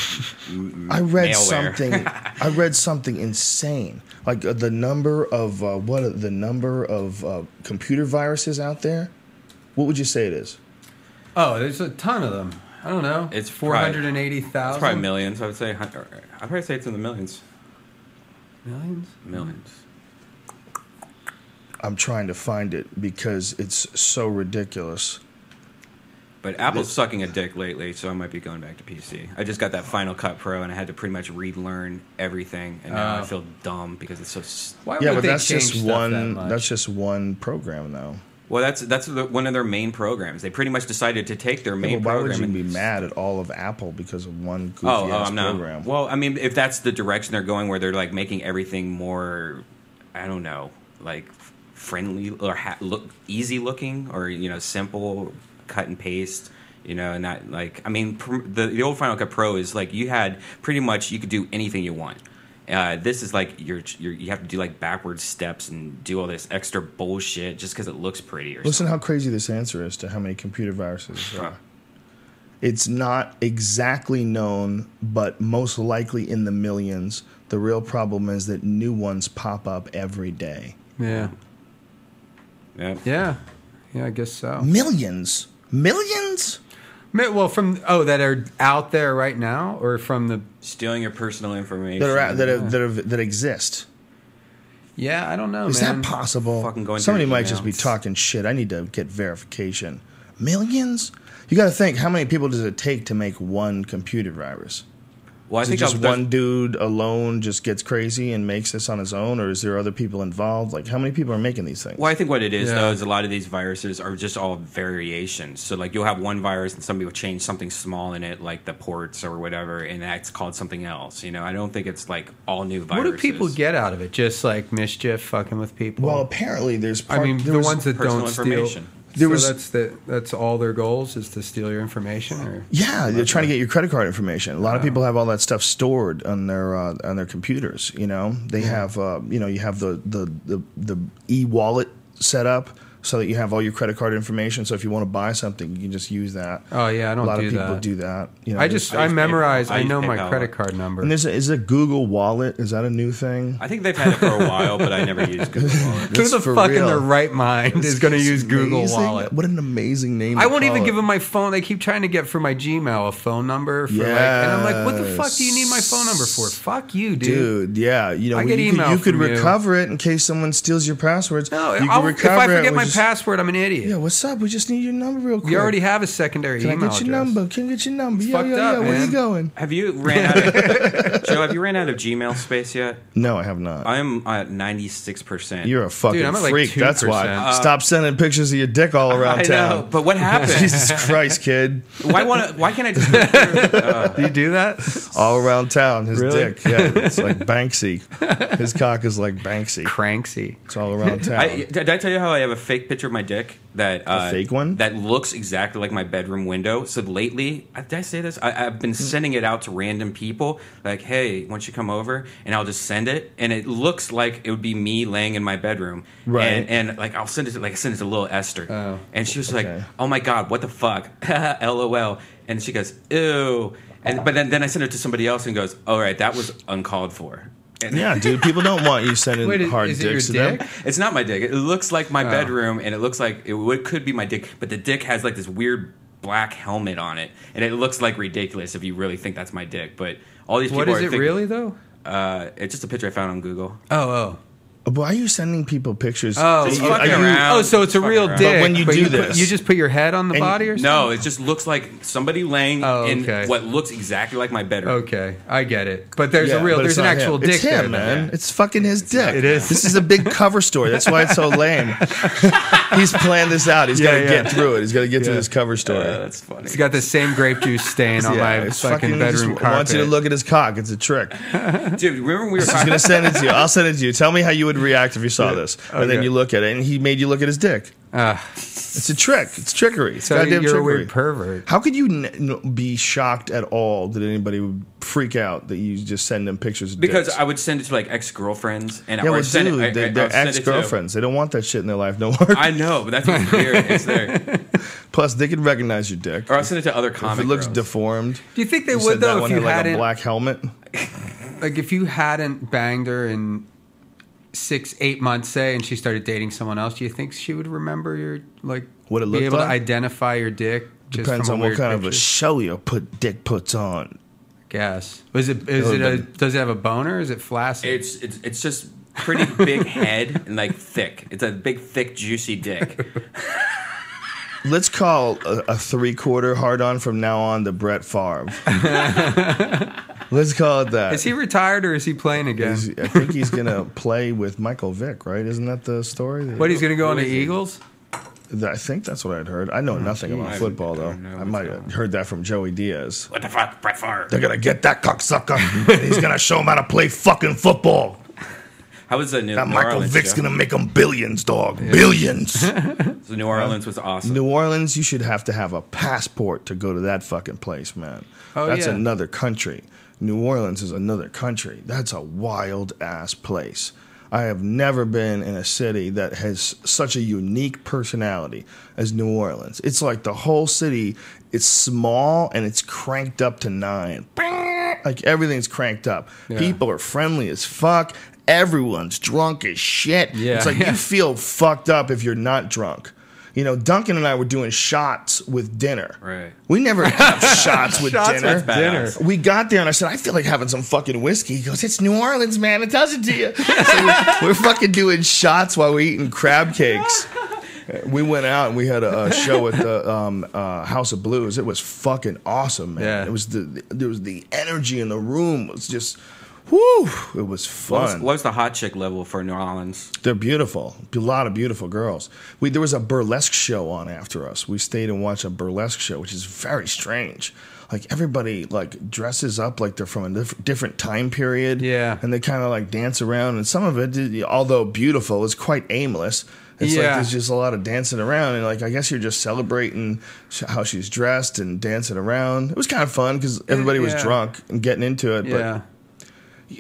Speaker 3: I
Speaker 2: malware.
Speaker 3: read something. I read something insane. Like uh, the number of uh, what are the number of uh, computer viruses out there. What would you say it is?
Speaker 1: Oh, there's a ton of them. I don't know.
Speaker 2: It's
Speaker 1: four hundred and eighty thousand.
Speaker 2: it's probably millions. I would say. hun- or- I'd probably say it's in the millions.
Speaker 1: millions.
Speaker 2: Millions.
Speaker 3: I'm trying to find it because it's so ridiculous.
Speaker 2: But Apple's sucking a dick lately, so I might be going back to PC. I just got that Final Cut Pro, and I had to pretty much relearn everything, and now I
Speaker 1: Oh.
Speaker 2: feel dumb because it's so. s
Speaker 1: Why
Speaker 3: yeah,
Speaker 1: would
Speaker 3: but
Speaker 1: they
Speaker 3: that's
Speaker 1: change
Speaker 3: just
Speaker 1: stuff
Speaker 3: one.
Speaker 1: that much?
Speaker 3: that's just one program, though.
Speaker 2: Well, that's that's the, one of their main programs. They pretty much decided to take their main
Speaker 3: Well, why
Speaker 2: program.
Speaker 3: would you
Speaker 2: and-
Speaker 3: be mad at all of Apple because of one goofy
Speaker 2: Oh, oh,
Speaker 3: ass
Speaker 2: I'm not.
Speaker 3: program?
Speaker 2: Well, I mean, if that's the direction they're going, where they're like making everything more, I don't know, like f- friendly or ha- look easy looking, or you know, simple, cut and paste. You know, not like I mean, pr- the the old Final Cut Pro is like you had pretty much you could do anything you want. Uh, this is like you're, you're you have to do like backwards steps and do all this extra bullshit just because it looks pretty. Or
Speaker 3: Listen how crazy this answer is to how many computer viruses there
Speaker 2: something.
Speaker 3: are. It's not exactly known, but most likely in the millions. The real problem is that new ones pop up every day.
Speaker 1: yeah,
Speaker 2: Yeah.
Speaker 1: yeah, yeah. I guess so.
Speaker 3: Millions? Millions?
Speaker 1: Ma- Well, from oh, that are out there right now, or from the
Speaker 2: stealing your personal information
Speaker 3: That are out- that are, that, are, that exist.
Speaker 1: yeah, I don't know,
Speaker 3: Is
Speaker 1: man.
Speaker 3: that possible?
Speaker 2: Fucking going
Speaker 3: Somebody
Speaker 2: through
Speaker 3: might just be
Speaker 2: emails.
Speaker 3: talking shit. I need to get verification. Millions? You got to think how many people does it take to make one computer virus?
Speaker 2: well i
Speaker 3: Is it
Speaker 2: think
Speaker 3: just
Speaker 2: I've-
Speaker 3: one dude alone just gets crazy and makes this on his own, or is there other people involved? Like, how many people are making these things?
Speaker 2: Well, I think what it is
Speaker 1: Yeah.
Speaker 2: though is a lot of these viruses are just all variations. So like you'll have one virus and somebody will change something small in it, like the ports or whatever, and that's called something else. You know, I don't think it's like all new
Speaker 1: What
Speaker 2: viruses.
Speaker 1: do people get out of it? Just like mischief, fucking with people.
Speaker 3: Well, apparently there's.
Speaker 1: I
Speaker 3: Part,
Speaker 1: mean,
Speaker 3: there
Speaker 1: the
Speaker 3: was-
Speaker 1: ones that
Speaker 2: personal
Speaker 1: don't steal.
Speaker 2: information.
Speaker 3: There
Speaker 1: so
Speaker 3: was-
Speaker 1: that's the, that's all their goals is to steal your information, or
Speaker 3: Yeah, they're trying to get your credit card information. A lot of people have all that stuff stored on their uh, on their computers. You know, they have uh, you know you have the the the, the e wallet set up so that you have all your credit card information. So if you want to buy something, you can just use that.
Speaker 1: Oh, yeah, I don't
Speaker 3: A lot
Speaker 1: do
Speaker 3: of people
Speaker 1: that.
Speaker 3: do that. You know,
Speaker 1: I
Speaker 3: there's-
Speaker 1: just
Speaker 2: I
Speaker 1: I,
Speaker 2: use PayPal.
Speaker 1: memorize.
Speaker 2: I
Speaker 1: I
Speaker 2: use
Speaker 1: know my
Speaker 2: PayPal.
Speaker 1: credit card number.
Speaker 3: and there's a, is a Google Wallet. Is that a new thing?
Speaker 2: I think they've had it for a while, but I never used Google Wallet.
Speaker 1: Who the
Speaker 3: for
Speaker 1: fuck in
Speaker 3: real.
Speaker 1: their right mind is going to use Google
Speaker 3: Amazing-
Speaker 1: Wallet?
Speaker 3: What an amazing name!
Speaker 1: I
Speaker 3: to
Speaker 1: won't even
Speaker 3: call
Speaker 1: give
Speaker 3: it.
Speaker 1: them my phone. They keep trying to get for my Gmail a phone number for like, and I'm like, what the fuck do you need my phone number for?
Speaker 3: Yes.
Speaker 1: Fuck you, dude.
Speaker 3: Dude, yeah, you know
Speaker 1: I get
Speaker 3: you could,
Speaker 1: email
Speaker 3: you could
Speaker 1: from you.
Speaker 3: recover it in case someone steals your passwords.
Speaker 1: No,
Speaker 3: you could
Speaker 1: I'll, if I
Speaker 3: it
Speaker 1: forget
Speaker 3: with
Speaker 1: my
Speaker 3: just-
Speaker 1: password, I'm an idiot.
Speaker 3: Yeah, what's up? We just need your number real quick.
Speaker 1: you already have a secondary
Speaker 3: Can I
Speaker 1: email
Speaker 3: get your
Speaker 1: address.
Speaker 3: number? Can I get your number?
Speaker 1: It's
Speaker 3: yo,
Speaker 1: fucked
Speaker 3: yo,
Speaker 1: up,
Speaker 3: yo, where you
Speaker 1: man.
Speaker 3: going?
Speaker 2: Have you ran out of Joe, have you ran out of Gmail space yet?
Speaker 3: No, I have not.
Speaker 2: I'm at ninety six percent.
Speaker 3: You're a fucking
Speaker 1: Dude, I'm at, like, Uh,
Speaker 3: freak. That's why.
Speaker 1: 2%.
Speaker 3: Stop sending pictures of your dick all around
Speaker 2: I
Speaker 3: town.
Speaker 2: know, but what happened?
Speaker 3: Jesus Christ, kid!
Speaker 2: why want? Why can't I just? Go through, uh,
Speaker 1: Do you do that?
Speaker 3: All around town, his
Speaker 1: Really?
Speaker 3: dick. Yeah, it's like Banksy. His cock is like Banksy.
Speaker 1: Cranksy.
Speaker 3: It's all around town.
Speaker 2: I, did I tell you how I have a fake picture of my dick that uh,
Speaker 3: fake one?
Speaker 2: that looks exactly like my bedroom window? So lately, I- did I say this? I, I've been
Speaker 3: Hmm.
Speaker 2: sending it out to random people, like, "Hey, why don't you come over?" And I'll just send it, and it looks like it would be me laying in my bedroom,
Speaker 3: Right.
Speaker 2: And, and like I'll send it, to, like I send it to little Esther,
Speaker 1: Oh.
Speaker 2: and she was
Speaker 3: Okay.
Speaker 2: like, "Oh my god, what the fuck?" LOL, and she goes, "Ew," and but then then I send it to somebody else and goes, "All right, that was uncalled for." And
Speaker 3: yeah, dude, people don't want you sending
Speaker 1: Wait, is-
Speaker 3: hard
Speaker 1: is it your
Speaker 3: dicks to
Speaker 1: dick?
Speaker 3: them.
Speaker 2: It's not my dick. It looks like my bedroom, and it looks like it would, could be my dick, but the dick has like this weird black helmet on it, and it looks like ridiculous if you really think that's my dick. But all these people
Speaker 1: What is
Speaker 2: are
Speaker 1: it
Speaker 2: thinking-
Speaker 1: really though?
Speaker 2: Uh, it's just a picture I found on Google.
Speaker 1: Oh, oh,
Speaker 3: Why are you sending people pictures?
Speaker 1: oh.
Speaker 2: Just
Speaker 1: oh,
Speaker 2: fucking
Speaker 1: you-
Speaker 2: around.
Speaker 1: Oh, so it's a
Speaker 2: Fucking
Speaker 1: real
Speaker 2: around.
Speaker 1: dick.
Speaker 3: But when you do this-
Speaker 1: put, you just put your head on the
Speaker 3: And-
Speaker 1: body or something?
Speaker 2: No, it just looks like somebody laying
Speaker 1: Oh, okay.
Speaker 2: in what looks exactly like my bedroom.
Speaker 1: Okay, I get it. But there's
Speaker 3: Yeah,
Speaker 1: a real,
Speaker 3: but it's
Speaker 1: there's an
Speaker 3: not
Speaker 1: actual
Speaker 3: him.
Speaker 1: dick
Speaker 3: It's
Speaker 1: there,
Speaker 3: him,
Speaker 1: though.
Speaker 3: man. It's fucking his dick.
Speaker 1: It is.
Speaker 3: This is a big cover story. That's why it's so lame. He's planned this out. He's
Speaker 1: Yeah,
Speaker 3: got to
Speaker 1: yeah.
Speaker 3: get through it. He's got to get through
Speaker 1: Yeah.
Speaker 3: this cover story.
Speaker 2: Uh, that's funny.
Speaker 1: It's got the same grape juice stain on
Speaker 3: Yeah,
Speaker 1: my
Speaker 3: it's
Speaker 1: fucking,
Speaker 3: he just
Speaker 1: bedroom
Speaker 3: w-
Speaker 1: carpet.
Speaker 3: wants you to look at his cock. It's a trick.
Speaker 2: Dude, remember when we were
Speaker 3: He's
Speaker 2: talking?
Speaker 3: gonna send it to you. I'll send it to you. Tell me how you would react if you saw this. And then
Speaker 1: Okay.
Speaker 3: you look at it, and he made you look at his dick.
Speaker 1: Ah.
Speaker 3: It's a trick. It's trickery. It's
Speaker 1: so
Speaker 3: goddamn
Speaker 1: you're
Speaker 3: trickery.
Speaker 1: a weird pervert.
Speaker 3: how could you n- n- be shocked at all that anybody would freak out that you just send them pictures? Of
Speaker 2: because
Speaker 3: dicks?
Speaker 2: I would send it to like ex girlfriends, and
Speaker 3: yeah,
Speaker 2: or
Speaker 3: well,
Speaker 2: send
Speaker 3: dude,
Speaker 2: it, I- I-
Speaker 3: they,
Speaker 2: I
Speaker 3: they're
Speaker 2: would send it to-
Speaker 3: ex-girlfriends. They don't want that shit in their life no more.
Speaker 2: I know, but that's what's weird. It's there.
Speaker 3: Plus, they can recognize your dick.
Speaker 2: Or I'll send it to other
Speaker 3: if
Speaker 2: comic.
Speaker 3: it looks
Speaker 2: girls.
Speaker 3: deformed,
Speaker 1: Do you think they
Speaker 3: you
Speaker 1: would
Speaker 3: said that
Speaker 1: though if
Speaker 3: one
Speaker 1: you
Speaker 3: had like a
Speaker 1: hadn't
Speaker 3: black helmet.
Speaker 1: like if you hadn't banged her in six eight months say and she started dating someone else do you think she would remember your like
Speaker 3: What it
Speaker 1: be
Speaker 3: looked
Speaker 1: able
Speaker 3: like?
Speaker 1: to identify your dick just
Speaker 3: Depends
Speaker 1: from a
Speaker 3: on what
Speaker 1: weird
Speaker 3: kind of a
Speaker 1: picture?
Speaker 3: show your put dick puts on.
Speaker 1: guess was it is
Speaker 3: It
Speaker 1: it a,
Speaker 3: would've
Speaker 1: does it have a boner is it flaccid
Speaker 2: It's it's it's just pretty big head and like thick. It's a big, thick, juicy dick.
Speaker 3: Let's call a, a three-quarter hard-on from now on the Brett Favre. Let's call it that.
Speaker 1: is he retired or is he playing again
Speaker 3: He's- I think he's gonna play with Michael Vick, right? Isn't that the story?
Speaker 1: what he's gonna go
Speaker 2: Who
Speaker 1: on the
Speaker 2: is he?
Speaker 1: Eagles
Speaker 3: That- I think that's what I'd heard. I know nothing about
Speaker 2: Hmm. I
Speaker 3: football though.
Speaker 2: don't know
Speaker 3: I
Speaker 2: what's
Speaker 3: might
Speaker 2: going
Speaker 3: have heard that from Joey Diaz.
Speaker 2: What the fuck, Brett Favre?
Speaker 3: They're gonna get that cocksucker, and he's gonna show him how to play fucking football.
Speaker 2: How was the New,
Speaker 3: That
Speaker 2: New
Speaker 3: Michael
Speaker 2: Orleans?
Speaker 3: Vick's
Speaker 2: Joe?
Speaker 3: gonna make him billions, dog. Billions.
Speaker 2: So New Orleans was awesome.
Speaker 3: New Orleans, you should have to have a passport to go to that fucking place, man.
Speaker 1: Oh,
Speaker 3: That's
Speaker 1: yeah.
Speaker 3: another country. New Orleans is another country. That's a wild ass place. I have never been in a city that has such a unique personality as New Orleans. It's like the whole city, it's small and it's cranked up to nine. Like everything's cranked up.
Speaker 1: Yeah.
Speaker 3: People are friendly as fuck. Everyone's drunk as shit.
Speaker 1: Yeah.
Speaker 3: It's like you feel fucked up if you're not drunk. You know, Duncan and I were doing shots with dinner.
Speaker 2: Right.
Speaker 3: We never have shots with
Speaker 1: Shots
Speaker 3: dinner.
Speaker 1: with dinner.
Speaker 2: Badass.
Speaker 3: we got there and I said, I feel like having some fucking whiskey. He goes, It's New Orleans, man. It does it to you. So we're, we're fucking doing shots while we're eating crab cakes. We went out and we had a, a show at the um, uh, House of Blues. It was fucking awesome, man.
Speaker 1: Yeah.
Speaker 3: It was the, there was the energy in the room was just, whoo! It
Speaker 2: What
Speaker 3: was fun.
Speaker 2: was, what was the hot chick level for New Orleans?
Speaker 3: They're beautiful. A lot of beautiful girls. We there was a burlesque show on after us. We stayed and watched a burlesque show, which is very strange. Like everybody like dresses up like they're from a diff- different time period.
Speaker 1: Yeah.
Speaker 3: and they kind of like dance around. And some of it, although beautiful, is quite aimless. It's like
Speaker 1: Yeah.
Speaker 3: there's just a lot of dancing around, and like I guess you're just celebrating sh- how she's dressed and dancing around. It was kind of fun because everybody was
Speaker 1: yeah.
Speaker 3: drunk and getting into it. But
Speaker 1: yeah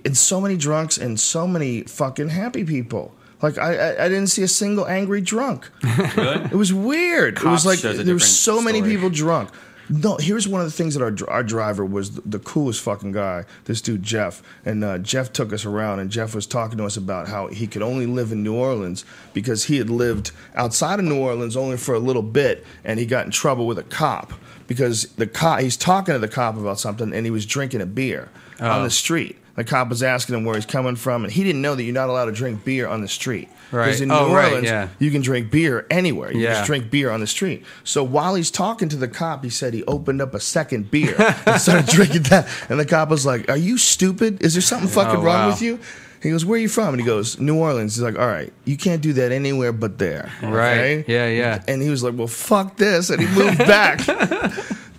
Speaker 3: and so many drunks and so many fucking happy people. Like I, I, I didn't see a single angry drunk.
Speaker 2: Really?
Speaker 3: It was weird. it
Speaker 2: Cops
Speaker 3: was like
Speaker 2: does a
Speaker 3: there were
Speaker 2: different
Speaker 3: so many
Speaker 2: story.
Speaker 3: people drunk. No, here's one of the things that our dr- our driver was th- the coolest fucking guy. This dude Jeff, and uh, Jeff took us around, and Jeff was talking to us about how he could only live in New Orleans because he had lived outside of New Orleans only for a little bit, and he got in trouble with a cop because the cop he's talking to the cop about something, and he was drinking a beer on the street. the cop was asking him where he's coming from, and he didn't know that you're not allowed to drink beer on the street.
Speaker 1: Right.
Speaker 3: in
Speaker 1: Oh,
Speaker 3: New
Speaker 1: right,
Speaker 3: Orleans,
Speaker 1: yeah.
Speaker 3: you can drink beer anywhere. You
Speaker 1: Yeah.
Speaker 3: just drink beer on the street. So while he's talking to the cop, he said he opened up a second beer and started drinking that. And the cop was like, Are you stupid? Is there something fucking
Speaker 1: Oh,
Speaker 3: wrong
Speaker 1: wow.
Speaker 3: with you? He goes, Where are you from? And he goes, New Orleans. He's like, All right, you can't do that anywhere but there.
Speaker 1: Right.
Speaker 3: Okay?
Speaker 1: Yeah, yeah.
Speaker 3: And he was like, Well, fuck this. And he moved back.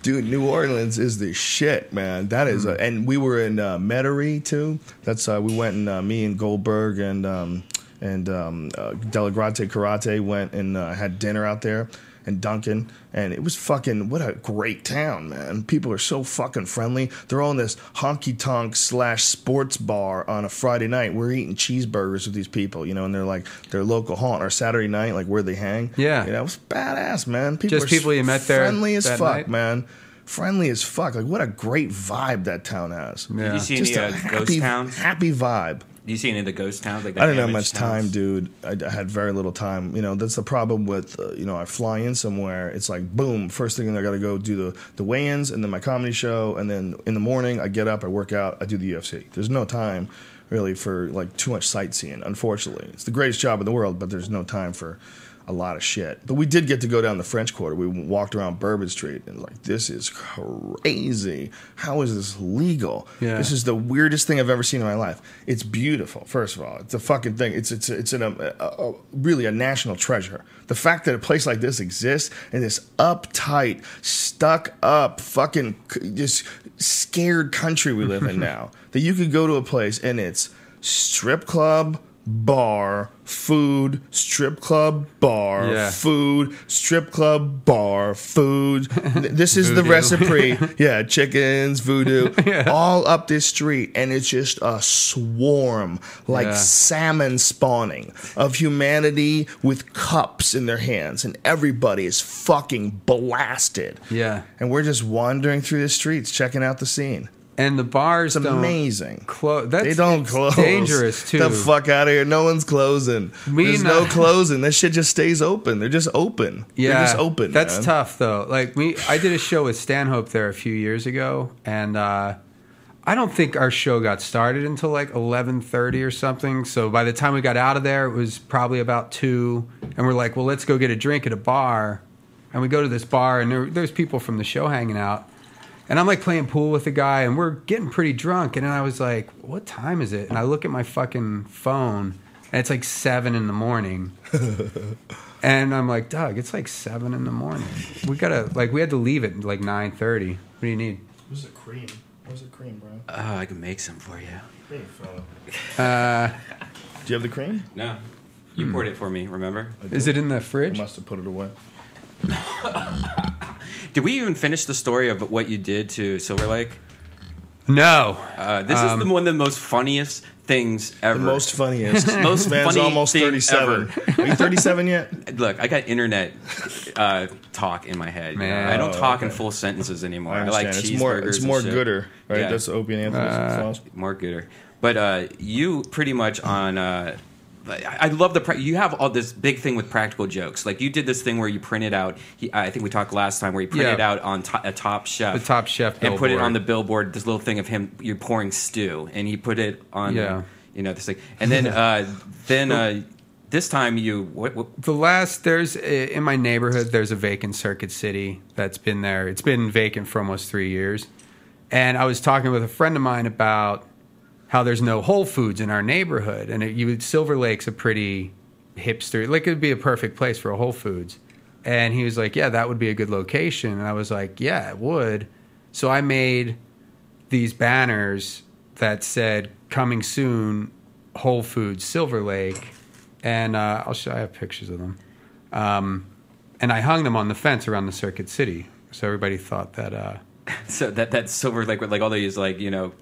Speaker 3: Dude, New Orleans is the shit, man. That is,
Speaker 1: Mm.
Speaker 3: a, and we were in uh, Metairie too. That's uh, we went and uh, me and Goldberg and um, and um, uh, Delagrante Karate went and uh, had dinner out there, and Duncan, and it was fucking what a great town, man. People are so fucking friendly. They're all in this honky tonk slash sports bar on a Friday night. We're eating cheeseburgers with these people, you know, and they're like their local haunt or Saturday night, like where they hang.
Speaker 1: Yeah.
Speaker 3: you know, it was badass, man. People
Speaker 1: Just
Speaker 3: are
Speaker 1: people you met there
Speaker 3: friendly as
Speaker 1: that
Speaker 3: fuck,
Speaker 1: night?
Speaker 3: man. Friendly as fuck. Like what a great vibe that town has.
Speaker 1: Yeah.
Speaker 2: You see any uh,
Speaker 3: happy,
Speaker 2: ghost towns?
Speaker 3: happy vibe.
Speaker 2: Do you see any of the ghost towns? Like the
Speaker 3: I didn't have
Speaker 2: damaged
Speaker 3: much time,
Speaker 2: towns?
Speaker 3: dude. I, I had very little time. You know, that's the problem with uh, you know I fly in somewhere. It's like boom, first thing I got to go do the the weigh-ins and then my comedy show, and then in the morning I get up, I work out, I do the UFC. There's no time really for like too much sightseeing. Unfortunately, it's the greatest job in the world, but there's no time for a lot of shit. But we did get to go down the French Quarter. We walked around Bourbon Street and like this is crazy. How is this legal?
Speaker 1: Yeah.
Speaker 3: This is the weirdest thing I've ever seen in my life. It's beautiful. First of all, it's a fucking thing. It's it's it's an, um, a, a, a- really a national treasure. The fact that a place like this exists and this uptight, stuck up, fucking c- just scared country we live in now, that you could go to a place and it's strip club. Bar, food, strip club, bar,
Speaker 1: Yeah.
Speaker 3: food, strip club, bar, food. Th- This is the
Speaker 1: Voodoo.
Speaker 3: recipe. yeah, chickens, voodoo, all up this street, and it's just a swarm, like
Speaker 1: Yeah.
Speaker 3: salmon spawning, of humanity with cups in their hands, and everybody is fucking blasted.
Speaker 1: Yeah.
Speaker 3: And we're just wandering through the streets, checking out the scene.
Speaker 1: And the bars
Speaker 3: It's
Speaker 1: don't
Speaker 3: amazing.
Speaker 1: close. That's
Speaker 3: They don't close.
Speaker 1: Dangerous too.
Speaker 3: The fuck out of here. No one's closing.
Speaker 1: Me
Speaker 3: There's
Speaker 1: and
Speaker 3: no
Speaker 1: I-
Speaker 3: closing. This shit just stays open. They're just open. They're just open.
Speaker 1: That's
Speaker 3: man.
Speaker 1: tough though. Like we, I did a show with Stanhope there a few years ago, and uh, I don't think our show got started until like eleven thirty or something. So by the time we got out of there, it was probably about two, and we're like, well, let's go get a drink at a bar, and we go to this bar, and there, there's people from the show hanging out. And I'm like playing pool with a guy, and we're getting pretty drunk. And then I was like, "What time is it?" And I look at my fucking phone, and it's like seven in the morning. And I'm like, Doug, it's like seven in the morning. We gotta like we had to leave at like nine thirty. What do you need?
Speaker 3: Where's the cream? Where's the cream, bro?
Speaker 2: Oh, I can make some for you.
Speaker 3: Hey, fellow.
Speaker 1: Uh,
Speaker 3: Do you have the cream?
Speaker 2: No, you poured it for me. Remember?
Speaker 1: Is it in the
Speaker 3: Hmm. I
Speaker 1: fridge?
Speaker 3: must have put it away.
Speaker 2: Did we even finish the story of what you did to Silver Lake?
Speaker 1: No.
Speaker 2: Uh, this is the, one of the most funniest things ever.
Speaker 3: Um, The most funniest.
Speaker 2: Most
Speaker 3: man's
Speaker 2: funny
Speaker 3: almost
Speaker 2: thing
Speaker 3: 37. Are you 37 yet?
Speaker 2: Look, I got internet uh, talk in my head. you know?
Speaker 1: Man.
Speaker 2: I don't
Speaker 3: Oh,
Speaker 2: talk in
Speaker 3: okay.
Speaker 2: full sentences anymore.
Speaker 3: I
Speaker 2: I,
Speaker 3: understand.
Speaker 2: like cheeseburgers.
Speaker 3: it's more, it's
Speaker 2: and
Speaker 3: more
Speaker 2: shit.
Speaker 3: gooder, right?
Speaker 2: Yeah.
Speaker 3: That's Opie and Anthony's
Speaker 1: Uh,
Speaker 3: sauce.
Speaker 2: more gooder. But uh, you pretty much on. Uh, I I love the pra- you have all this big thing with practical jokes. Like you did this thing where you printed out. He, I think we talked last time where you printed
Speaker 1: Yeah.
Speaker 2: out on to- a top chef,
Speaker 1: The Top Chef
Speaker 2: and put it
Speaker 1: billboard.
Speaker 2: on the billboard. This little thing of him you're pouring stew, and he put it on.
Speaker 1: Yeah.
Speaker 2: you know this thing, and then uh, then uh, this time you what, what
Speaker 1: The last there's in my neighborhood there's a vacant Circuit City that's been there. It's been vacant for almost three years. And I was talking with a friend of mine about how there's no Whole Foods in our neighborhood, and it, you would- Silver Lake's a pretty hipster, like it'd be a perfect place for a Whole Foods. And he was like, "Yeah, that would be a good location." And I was like, "Yeah, it would." So I made these banners that said "Coming soon, Whole Foods, Silver Lake," and uh, I'll show. I have pictures of them, um, and I hung them on the fence around the Circuit City, so everybody thought that. Uh,
Speaker 2: so that that silver like with, like all these like you know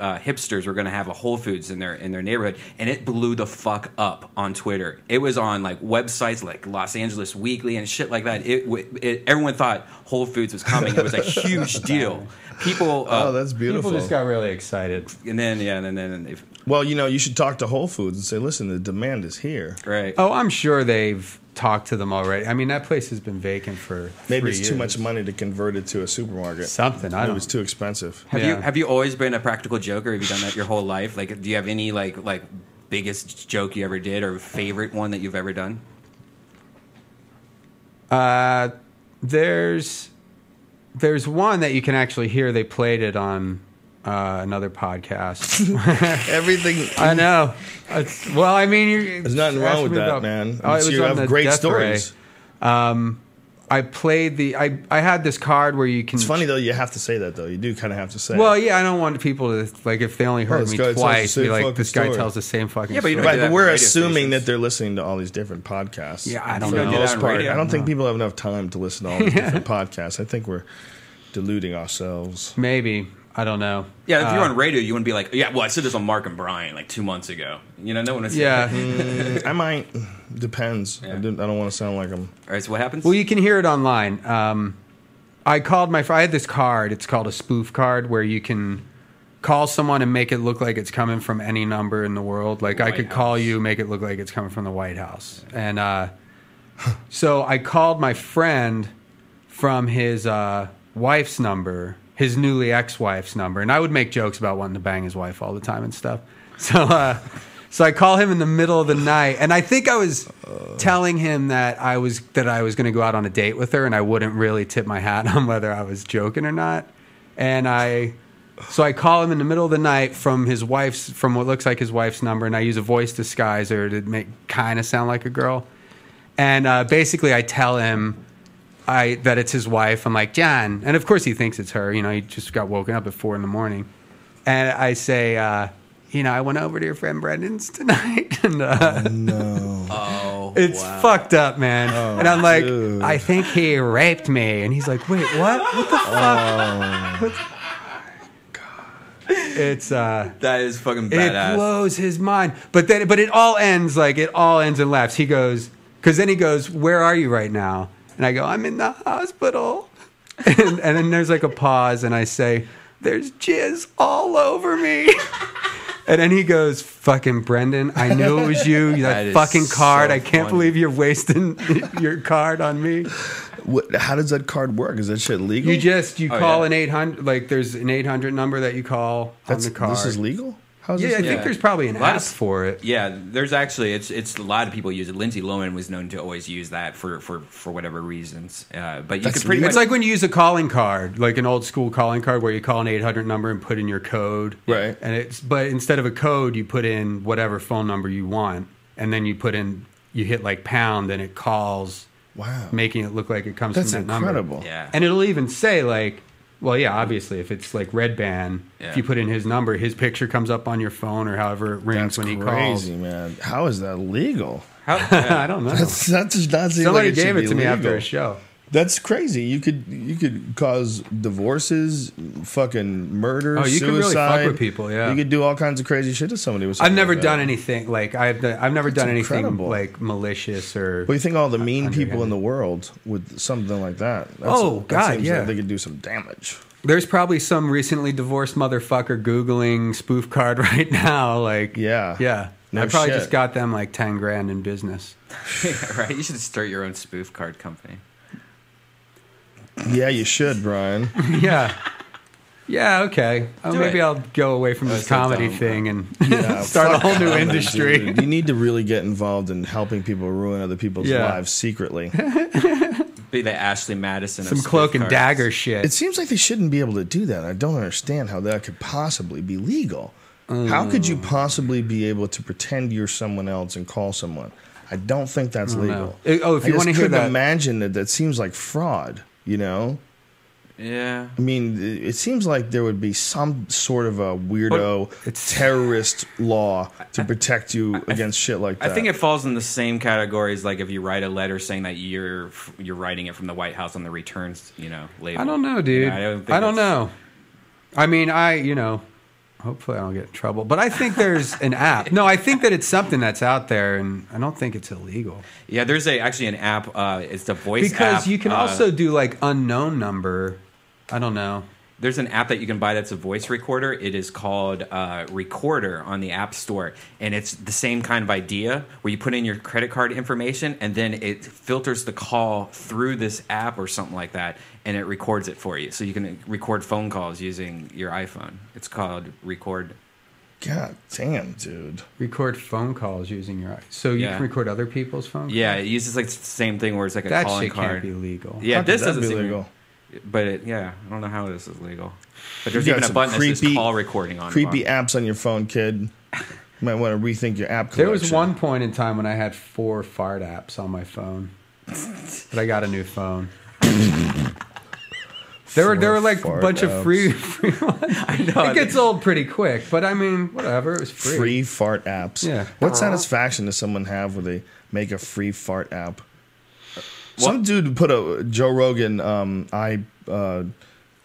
Speaker 2: uh, hipsters were going to have a Whole Foods in their in their neighborhood, and it blew the fuck up on Twitter. It was on like websites like Los Angeles Weekly and shit like that. It, w- it everyone thought Whole Foods was coming. It was a huge deal. People, uh,
Speaker 3: Oh, that's beautiful.
Speaker 1: People just got really excited.
Speaker 2: and then yeah, and then and then
Speaker 3: well, you know, you should talk to Whole Foods and say, listen, the demand is here.
Speaker 2: they, right.
Speaker 1: Oh, I'm sure they've talked to them already. I mean, that place has been vacant for
Speaker 3: Maybe
Speaker 1: three
Speaker 3: it's
Speaker 1: years.
Speaker 3: too much money to convert it to a supermarket.
Speaker 1: Something I
Speaker 3: Maybe
Speaker 1: don't.
Speaker 3: it's too expensive.
Speaker 2: Have you
Speaker 1: Yeah.
Speaker 2: have you always been a practical joker? Have you done that your whole life? Like, do you have any like like biggest joke you ever did or favorite one that you've ever done?
Speaker 1: Uh, there's there's one that you can actually hear. They played it on uh, another podcast.
Speaker 3: Everything.
Speaker 1: I know. It's, well, I mean, you,
Speaker 3: There's nothing
Speaker 1: ask
Speaker 3: wrong with
Speaker 1: me
Speaker 3: that,
Speaker 1: about-
Speaker 3: man.
Speaker 1: Oh, it
Speaker 3: So
Speaker 1: was
Speaker 3: you
Speaker 1: on
Speaker 3: have
Speaker 1: the
Speaker 3: great
Speaker 1: death array.
Speaker 3: stories.
Speaker 1: I played the. I I had this card where you can.
Speaker 3: It's funny though. You have to say that though. You do kind of have to say.
Speaker 1: Well,
Speaker 3: it.
Speaker 1: yeah, I don't want people to like if they only heard
Speaker 3: Oh, this
Speaker 1: me
Speaker 3: guy tells the
Speaker 1: twice. Be
Speaker 3: same
Speaker 1: like,
Speaker 3: fucking
Speaker 1: this guy
Speaker 3: story.
Speaker 1: tells the same fucking.
Speaker 2: Yeah, but you
Speaker 1: story.
Speaker 2: don't
Speaker 3: right.
Speaker 2: do that
Speaker 3: But
Speaker 2: on
Speaker 3: we're
Speaker 2: radio
Speaker 3: assuming
Speaker 2: stations.
Speaker 3: that they're listening to all these different podcasts.
Speaker 1: Yeah, I
Speaker 3: for
Speaker 1: don't
Speaker 3: the
Speaker 1: know.
Speaker 2: Do that
Speaker 3: most
Speaker 2: on
Speaker 3: part,
Speaker 2: radio?
Speaker 3: I don't think people have enough time to listen to all these different podcasts. I think we're deluding ourselves.
Speaker 1: Maybe I don't know.
Speaker 2: Yeah, if
Speaker 1: Uh,
Speaker 2: you're on radio, you wouldn't be like, yeah, well, I said this on Mark and Brian like two months ago. You know, no one was.
Speaker 3: hmm.
Speaker 1: Yeah.
Speaker 3: I might. Depends. I, didn't, I don't want to sound like I'm.
Speaker 2: All right, so what happens?
Speaker 1: well, you can hear it online. Um, I called my. fr- I had this card. It's called a spoof card, where you can call someone and make it look like it's coming from any number in the world. Like I
Speaker 2: White
Speaker 1: could call
Speaker 2: House.
Speaker 1: you, make it look like it's coming from the White House, and uh, so I called my friend from his uh, wife's number, his newly ex-wife's number, and I would make jokes about wanting to bang his wife all the time and stuff. So, uh, so I call him in the middle of the night, and I think I was telling him that I was that I was going to go out on a date with her, and I wouldn't really tip my hat on whether I was joking or not. And I, so I call him in the middle of the night from his wife's from what looks like his wife's number, and I use a voice disguiser to make kind of sound like a girl. And uh, basically, I tell him I that it's his wife. I'm like John, and of course he thinks it's her. You know, he just got woken up at four in the morning, and I say, uh, you know, I went over to your friend Brendan's tonight, and uh,
Speaker 2: oh,
Speaker 1: it's
Speaker 2: wow.
Speaker 1: fucked up, man. and I'm like,
Speaker 3: dude.
Speaker 1: I think he raped me, and he's like, wait, what? What the fuck? What's- It's uh,
Speaker 2: that is fucking
Speaker 1: it
Speaker 2: badass.
Speaker 1: blows his mind. But then, but it all ends like it all ends in laughs. He goes, because then he goes, "Where are you right now?" And I go, "I'm in the hospital." and, and then there's like a pause, and I say, "There's jizz all over me." and then he goes, "Fucking Brendan, I knew it was you. That,
Speaker 2: That is
Speaker 1: fucking card.
Speaker 2: so
Speaker 1: I can't
Speaker 2: funny.
Speaker 1: believe you're wasting your card on me."
Speaker 3: What, how does that card work? Is that shit legal?
Speaker 1: You just you
Speaker 2: Oh,
Speaker 1: call
Speaker 2: yeah.
Speaker 1: an eight hundred like there's an eight hundred number that you call
Speaker 3: That's,
Speaker 1: on the card.
Speaker 3: This is legal. How's
Speaker 1: yeah, I
Speaker 3: this?
Speaker 1: think
Speaker 2: Yeah.
Speaker 1: there's probably an
Speaker 2: A lot
Speaker 1: app
Speaker 2: of s-
Speaker 1: for it.
Speaker 2: Yeah, there's actually it's it's a lot of people use it. Lindsay Lohan was known to always use that for for for whatever reasons. Uh, but you
Speaker 3: That's
Speaker 2: could pretty
Speaker 3: weird.
Speaker 2: much
Speaker 1: It's like when you use a calling card, like an old school calling card where you call an 800 number and put in your code.
Speaker 3: Right.
Speaker 1: And it's but instead of a code, you put in whatever phone number you want and then you put in you hit like pound and it calls
Speaker 3: Wow.
Speaker 1: making it look like it comes
Speaker 3: That's
Speaker 1: from that
Speaker 3: incredible.
Speaker 1: number.
Speaker 2: Yeah.
Speaker 1: And it'll even say like well, yeah, obviously if it's like Red Band,
Speaker 2: Yeah.
Speaker 1: if you put in his number, his picture comes up on your phone or however it rings when
Speaker 3: That's
Speaker 1: he
Speaker 3: crazy, man. How is that legal?
Speaker 2: how,
Speaker 1: calls. I don't know.
Speaker 3: That's that does not seem
Speaker 1: Somebody
Speaker 3: like it
Speaker 1: gave
Speaker 3: should
Speaker 1: it
Speaker 3: be
Speaker 1: to me after
Speaker 3: legal.
Speaker 1: a show.
Speaker 3: That's crazy. You could you could cause divorces, fucking murder,
Speaker 1: Oh, you could
Speaker 3: suicide.
Speaker 1: really fuck with people, yeah.
Speaker 3: you could do all kinds of crazy shit to somebody. With
Speaker 1: I've
Speaker 3: something
Speaker 1: never
Speaker 3: like
Speaker 1: done
Speaker 3: that.
Speaker 1: anything like I've done, I've never done anything
Speaker 3: incredible.
Speaker 1: like malicious or
Speaker 3: But you think all the mean
Speaker 1: Underhand.
Speaker 3: people in the world with something like that? That's,
Speaker 1: Oh,
Speaker 3: that
Speaker 1: God,
Speaker 3: seems
Speaker 1: yeah.
Speaker 3: like they could do some damage.
Speaker 1: there's probably some recently divorced motherfucker googling spoof card right now like
Speaker 3: Yeah.
Speaker 1: yeah
Speaker 3: No
Speaker 1: I probably
Speaker 3: shit.
Speaker 1: just got them like 10 grand in business
Speaker 2: right? You should start your own spoof card company.
Speaker 3: Yeah, you should, Brian.
Speaker 1: yeah yeah okay oh,
Speaker 2: Do
Speaker 1: maybe
Speaker 2: it.
Speaker 1: I'll go away from this
Speaker 2: That's so
Speaker 1: comedy
Speaker 2: dumb.
Speaker 1: thing and
Speaker 3: Yeah,
Speaker 1: start a
Speaker 3: fuck
Speaker 1: whole new
Speaker 3: comedy,
Speaker 1: industry
Speaker 3: dude. You need to really get involved in helping people ruin other people's
Speaker 1: Yeah.
Speaker 3: lives secretly.
Speaker 2: Be the Ashley Madison.
Speaker 1: some
Speaker 2: of spoof
Speaker 1: cloak and
Speaker 2: cards.
Speaker 1: dagger shit
Speaker 3: It seems like they shouldn't be able to do that. I don't understand how that could possibly be legal. How could you possibly be able to pretend you're someone else and call someone? I don't think that's legal.
Speaker 1: know. It- oh, if
Speaker 3: I
Speaker 1: you
Speaker 3: just
Speaker 1: wanna hear
Speaker 3: couldn't
Speaker 1: that-
Speaker 3: imagine that that seems like fraud. You know,
Speaker 2: Yeah.
Speaker 3: I mean, it- it seems like there would be some sort of a weirdo
Speaker 1: it's-
Speaker 3: terrorist law to protect you against shit like
Speaker 2: I
Speaker 3: that.
Speaker 2: think it falls in the same categories like if you write a letter saying that you're you're writing it from the White House on the returns, you know, label.
Speaker 1: I don't know, dude.
Speaker 2: Yeah,
Speaker 1: I don't,
Speaker 2: think that's-
Speaker 1: know. I mean, I you know, hopefully I don't get in trouble. But I think there's an app. No, I think that it's something that's out there, and I don't think it's illegal
Speaker 2: Yeah, there's a actually an app. Uh, it's the voice
Speaker 1: because
Speaker 2: app,
Speaker 1: you can
Speaker 2: uh,
Speaker 1: also do like unknown number. I don't know.
Speaker 2: There's an app that you can buy that's a voice recorder. It is called uh, Recorder on the App Store, and it's the same kind of idea where you put in your credit card information and then it filters the call through this app or something like that, and it records it for you. So you can record phone calls using your iPhone. It's called Record.
Speaker 3: God damn, dude.
Speaker 1: Record phone calls using your so you
Speaker 2: Yeah.
Speaker 1: can record other people's phone. calls?
Speaker 2: Yeah, it uses like the same thing where it's like a
Speaker 1: that
Speaker 2: calling
Speaker 1: shit
Speaker 2: card.
Speaker 1: can't be legal.
Speaker 2: Yeah,
Speaker 3: How could
Speaker 2: this
Speaker 3: that
Speaker 2: doesn't
Speaker 3: be
Speaker 2: seem
Speaker 3: legal?
Speaker 2: But it, yeah, I don't know how this is legal. But there's
Speaker 3: You got
Speaker 2: even a
Speaker 3: some
Speaker 2: button that says
Speaker 3: creepy-
Speaker 2: call recording on it.
Speaker 3: Creepy apps on your phone, kid. You might want to rethink your app.
Speaker 1: There was
Speaker 3: collection.
Speaker 1: one point in time when I had four fart apps on my phone, but I got a new phone. There were there were
Speaker 3: Four
Speaker 1: like a
Speaker 3: fart
Speaker 1: bunch
Speaker 3: apps.
Speaker 1: of free free ones. I
Speaker 2: know.
Speaker 1: it gets old pretty quick, but I mean whatever. It was free.
Speaker 3: free. fart apps.
Speaker 1: Yeah.
Speaker 3: What satisfaction does someone have when they make a free fart app? Some dude put a Joe Rogan um, i uh,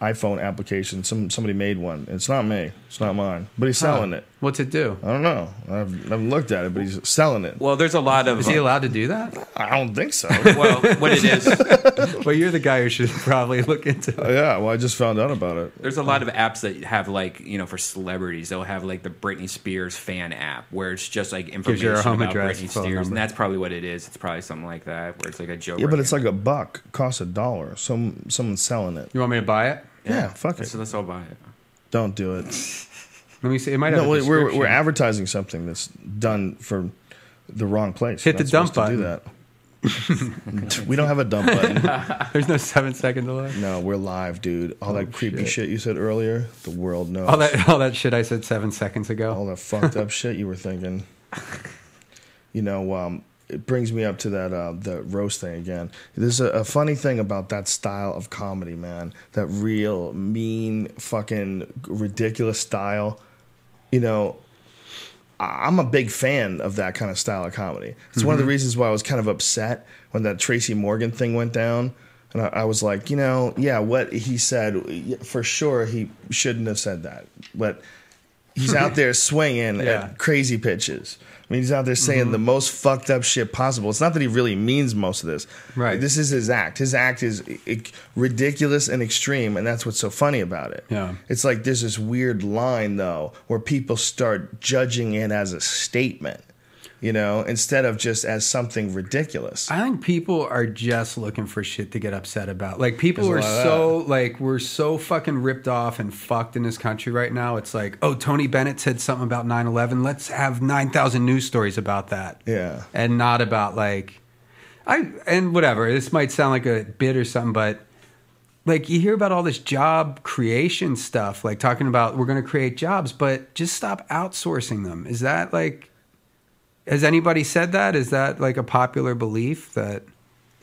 Speaker 3: iPhone application. Some somebody made one. It's not me. It's not mine. But he's selling it.
Speaker 1: What's it do?
Speaker 3: I don't know. I've, I haven't looked at it, but he's selling it.
Speaker 2: Well, there's a lot of. uh,
Speaker 1: Is he allowed to do that?
Speaker 3: I don't think so.
Speaker 2: well, what it is,
Speaker 1: Well, you're the guy who should probably look into it.
Speaker 3: yeah. Well, I just found out about it.
Speaker 2: there's a lot of apps that have like you know for celebrities they'll have like the Britney Spears fan app where it's just like information
Speaker 1: her home
Speaker 2: about
Speaker 1: address
Speaker 2: Britney
Speaker 1: and phone
Speaker 2: Spears, and
Speaker 1: number.
Speaker 2: that's probably what it is. It's probably something like that where it's like a joke.
Speaker 3: Yeah, but it's like a buck. Costs a dollar. Some someone's selling it.
Speaker 1: You want me to buy it?
Speaker 3: Yeah, fuck it.
Speaker 2: So let's all buy it.
Speaker 3: Don't do it.
Speaker 1: Let me see. It might have a
Speaker 3: No, we- we're we're
Speaker 1: description.
Speaker 3: advertising something that's done for the wrong place.
Speaker 1: Hit the
Speaker 3: We're not
Speaker 1: dump
Speaker 3: supposed to Do that. we don't have a dump button.
Speaker 1: There's no seven second delay.
Speaker 3: No, we're live, dude. All that creepy
Speaker 1: Oh, shit.
Speaker 3: shit. you said earlier, the world knows.
Speaker 1: All that all that shit I said seven seconds
Speaker 3: all
Speaker 1: ago.
Speaker 3: that fucked up shit you were thinking. You know, um, it brings me up to that uh, the roast thing again. There's a, a funny thing about that style of comedy, man. That real mean, fucking ridiculous style. You know, I- I'm a big fan of that kind of style of comedy. It's one
Speaker 1: Mm-hmm.
Speaker 3: of the reasons why I was kind of upset when that Tracy Morgan thing went down. And I, I was like, you know, yeah, what he said, y- for sure, he shouldn't have said that. But he's out there swinging
Speaker 1: Yeah. Mm-hmm.
Speaker 3: at crazy pitches. I mean, he's out there saying the most fucked up shit possible. It's not that he really means most of this.
Speaker 1: Right.
Speaker 3: This is his act. His act is i- i- ridiculous and extreme, and that's what's so funny about it.
Speaker 1: Yeah.
Speaker 3: It's like there's this weird line though where people start judging it as a statement, you know, instead of just as something ridiculous.
Speaker 1: I think people are just looking for shit to get upset about. Like people
Speaker 3: There's
Speaker 1: are
Speaker 3: a lot of
Speaker 1: so like we're so fucking ripped off and fucked in this country right now. It's like, oh, Tony Bennett said something about 9/11. Let's have 9,000 news stories about that.
Speaker 3: yeah.
Speaker 1: And not about like I and whatever. This might sound like a bit or something, but like you hear about all this job creation stuff, like talking about we're going to create jobs, but just stop outsourcing them. Is that like has anybody said that? Is that like a popular belief that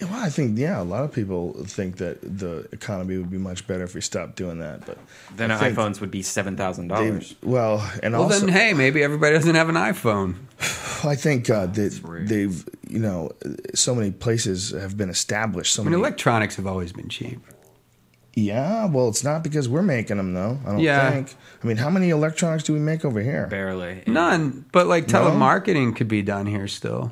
Speaker 3: Yeah, Well, I think yeah, a lot of people think that the economy would be much better if we stopped doing that, but
Speaker 2: Then
Speaker 3: I think
Speaker 2: iPhones would be seven thousand
Speaker 3: they-
Speaker 2: dollars.
Speaker 3: well, and
Speaker 1: Well,
Speaker 3: also
Speaker 1: then, hey, maybe everybody doesn't have an iPhone.
Speaker 3: I think uh, that
Speaker 2: rude.
Speaker 3: they've you know so many places have been established. So
Speaker 1: I mean,
Speaker 3: many,
Speaker 1: electronics have always been cheap.
Speaker 3: yeah. Well, it's not because we're making them though. I don't
Speaker 1: Yeah.
Speaker 3: think. I mean, how many electronics do we make over here?
Speaker 2: Barely
Speaker 1: None, but like
Speaker 3: No?
Speaker 1: telemarketing could be done here still.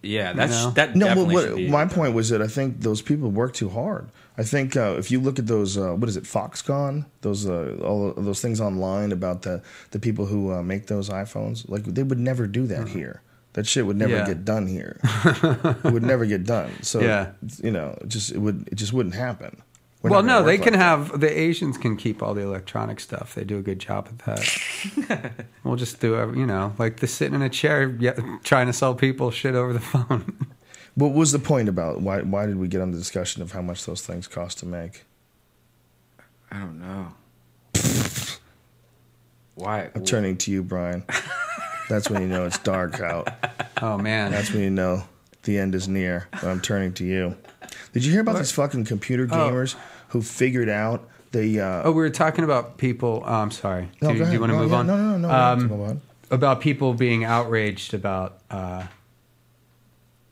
Speaker 2: Yeah, that's
Speaker 1: know?
Speaker 2: that.
Speaker 3: No, well,
Speaker 2: definitely
Speaker 3: what,
Speaker 2: should be-
Speaker 3: my point was that I think those people work too hard. I think uh, if you look at those, uh, what is it, Foxconn? Those uh, all of those things online about the the people who uh, make those iPhones, like they would never do that here. That shit would never
Speaker 1: Mm-hmm. Yeah.
Speaker 3: get done here. it would never get done. So
Speaker 1: Yeah.
Speaker 3: you know, it just it would it just wouldn't happen. We're
Speaker 1: well,
Speaker 3: not gonna
Speaker 1: no, they
Speaker 3: work
Speaker 1: can
Speaker 3: like
Speaker 1: have the Asians can keep all the electronic stuff. They do a good job at that. we'll just do, a, you know, like the sitting in a chair yeah, trying to sell people shit over the phone.
Speaker 3: that. What was the point about why why did we get on the discussion of how much those things cost to make?
Speaker 2: I don't know. Why?
Speaker 3: I'm turning to you, Brian. That's when you know it's dark out.
Speaker 1: oh man,
Speaker 3: That's when you know the end is near. But I'm turning to you. Did you hear about these fucking computer gamers who figured out the? Uh,
Speaker 1: oh, we were talking about people. Oh, I'm sorry.
Speaker 3: no,
Speaker 1: do,
Speaker 3: go
Speaker 1: do
Speaker 3: ahead.
Speaker 1: you want to
Speaker 3: No,
Speaker 1: move
Speaker 3: yeah,
Speaker 1: on?
Speaker 3: No, no,
Speaker 1: Um,
Speaker 3: no, no. we don't have to move on.
Speaker 1: about people being outraged about uh,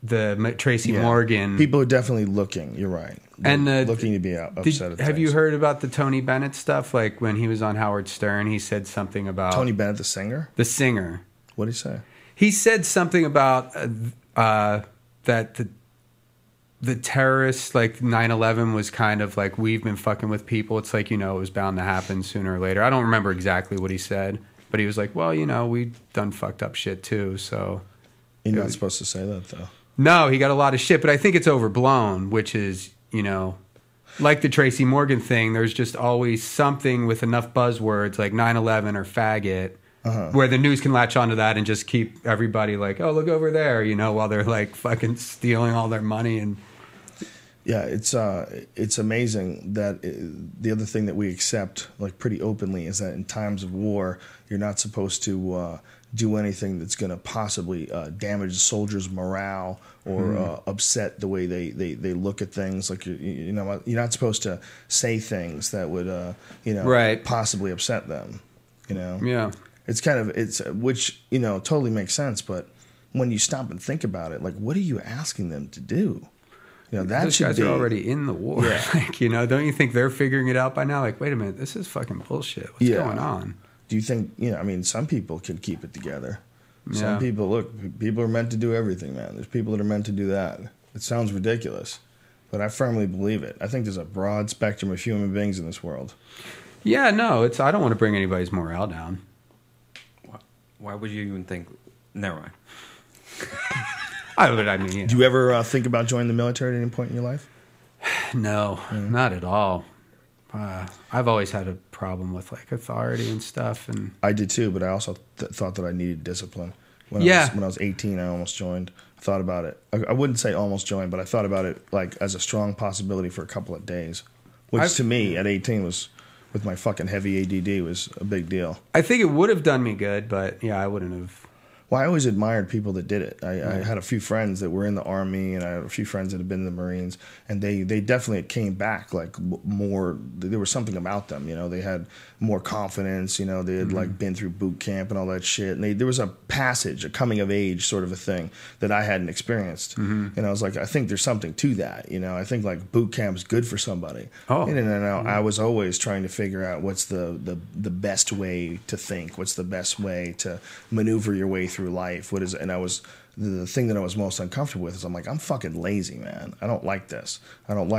Speaker 1: the Ma- Tracy
Speaker 3: Yeah.
Speaker 1: Morgan.
Speaker 3: People are definitely looking. You're right.
Speaker 1: And
Speaker 3: They're
Speaker 1: the-
Speaker 3: looking to be up,
Speaker 1: Did-
Speaker 3: upset. at
Speaker 1: have you
Speaker 3: things.
Speaker 1: heard about the Tony Bennett stuff? Like when he was on Howard Stern, he said something about
Speaker 3: Tony Bennett, the singer?
Speaker 1: the singer.
Speaker 3: What did he say?
Speaker 1: He said something about uh, uh, that the the terrorists like 9-11 was kind of like we've been fucking with people it's like you know it was bound to happen sooner or later i don't remember exactly what he said but he was like well you know we done fucked up shit too so
Speaker 3: You're not supposed to say that though.
Speaker 1: no he got a lot of shit but i think it's overblown which is you know like the tracy morgan thing there's just always something with enough buzzwords like 9-11 or faggot
Speaker 3: Uh-huh.
Speaker 1: Where the news can latch onto that and just keep everybody like, oh, look over there, you know, while they're like fucking stealing all their money and
Speaker 3: Yeah, it's uh, it's amazing that uh the other thing that we accept like pretty openly is that in times of war, you're not supposed to uh, do anything that's going to possibly uh, damage the soldiers' morale or
Speaker 1: Hmm.
Speaker 3: uh, upset the way they, they, they look at things. Like you, you know, you're not supposed to say things that would uh, you know
Speaker 1: Right.
Speaker 3: possibly upset them. You know,
Speaker 1: yeah.
Speaker 3: it's kind of it's which you know totally makes sense but when you stop and think about it like what are you asking them to do you know that
Speaker 1: Those
Speaker 3: should
Speaker 1: guys
Speaker 3: be
Speaker 1: are already in the war. like, you know, don't you think they're figuring it out by now? Like, wait a minute, this is fucking bullshit. What's
Speaker 3: Yeah.
Speaker 1: going on?
Speaker 3: do you think you know i mean some people can keep it together
Speaker 1: Yeah.
Speaker 3: some people look p- people are meant to do everything man there's people that are meant to do that it sounds ridiculous but i firmly believe it i think there's a broad spectrum of human beings in this world
Speaker 1: Yeah, no, it's I don't want to bring anybody's morale down.
Speaker 2: Why would you even think? Never mind.
Speaker 1: I would I mean you
Speaker 3: do
Speaker 1: know,
Speaker 3: you ever uh, think about joining the military at any point in your life
Speaker 1: no, not at all. Mm-hmm. Uh, I've always had a problem with like authority and stuff and
Speaker 3: I did too, but I also th- thought that I needed discipline. When I
Speaker 1: Yeah.
Speaker 3: was, when I was 18, I almost joined. I thought about it. I, I wouldn't say almost joined, but I thought about it like as a strong possibility for a couple of days, which
Speaker 1: I've-
Speaker 3: to me at 18 was, with my fucking heavy ADD, was a big deal.
Speaker 1: I think it would have done me good, but yeah, I wouldn't have
Speaker 3: Well, I always admired people that did it. I, I had a few friends that were in the army, and I had a few friends that had been in the Marines, and they they definitely came back like m- more. There was something about them, you know. They had more confidence, you know. They had like been through boot camp and all that shit, and they, there was a passage, a coming of age sort of a thing that I hadn't experienced, and I was like, I think there's something to that, you know. I think like boot camp is good for somebody.
Speaker 1: Oh.
Speaker 3: And then and I, I was always trying to figure out what's the, the, the best way to think, what's the best way to maneuver your way through life. What is and I was the thing that I was most uncomfortable with is I'm like I'm fucking lazy, man. I don't like this. I don't like.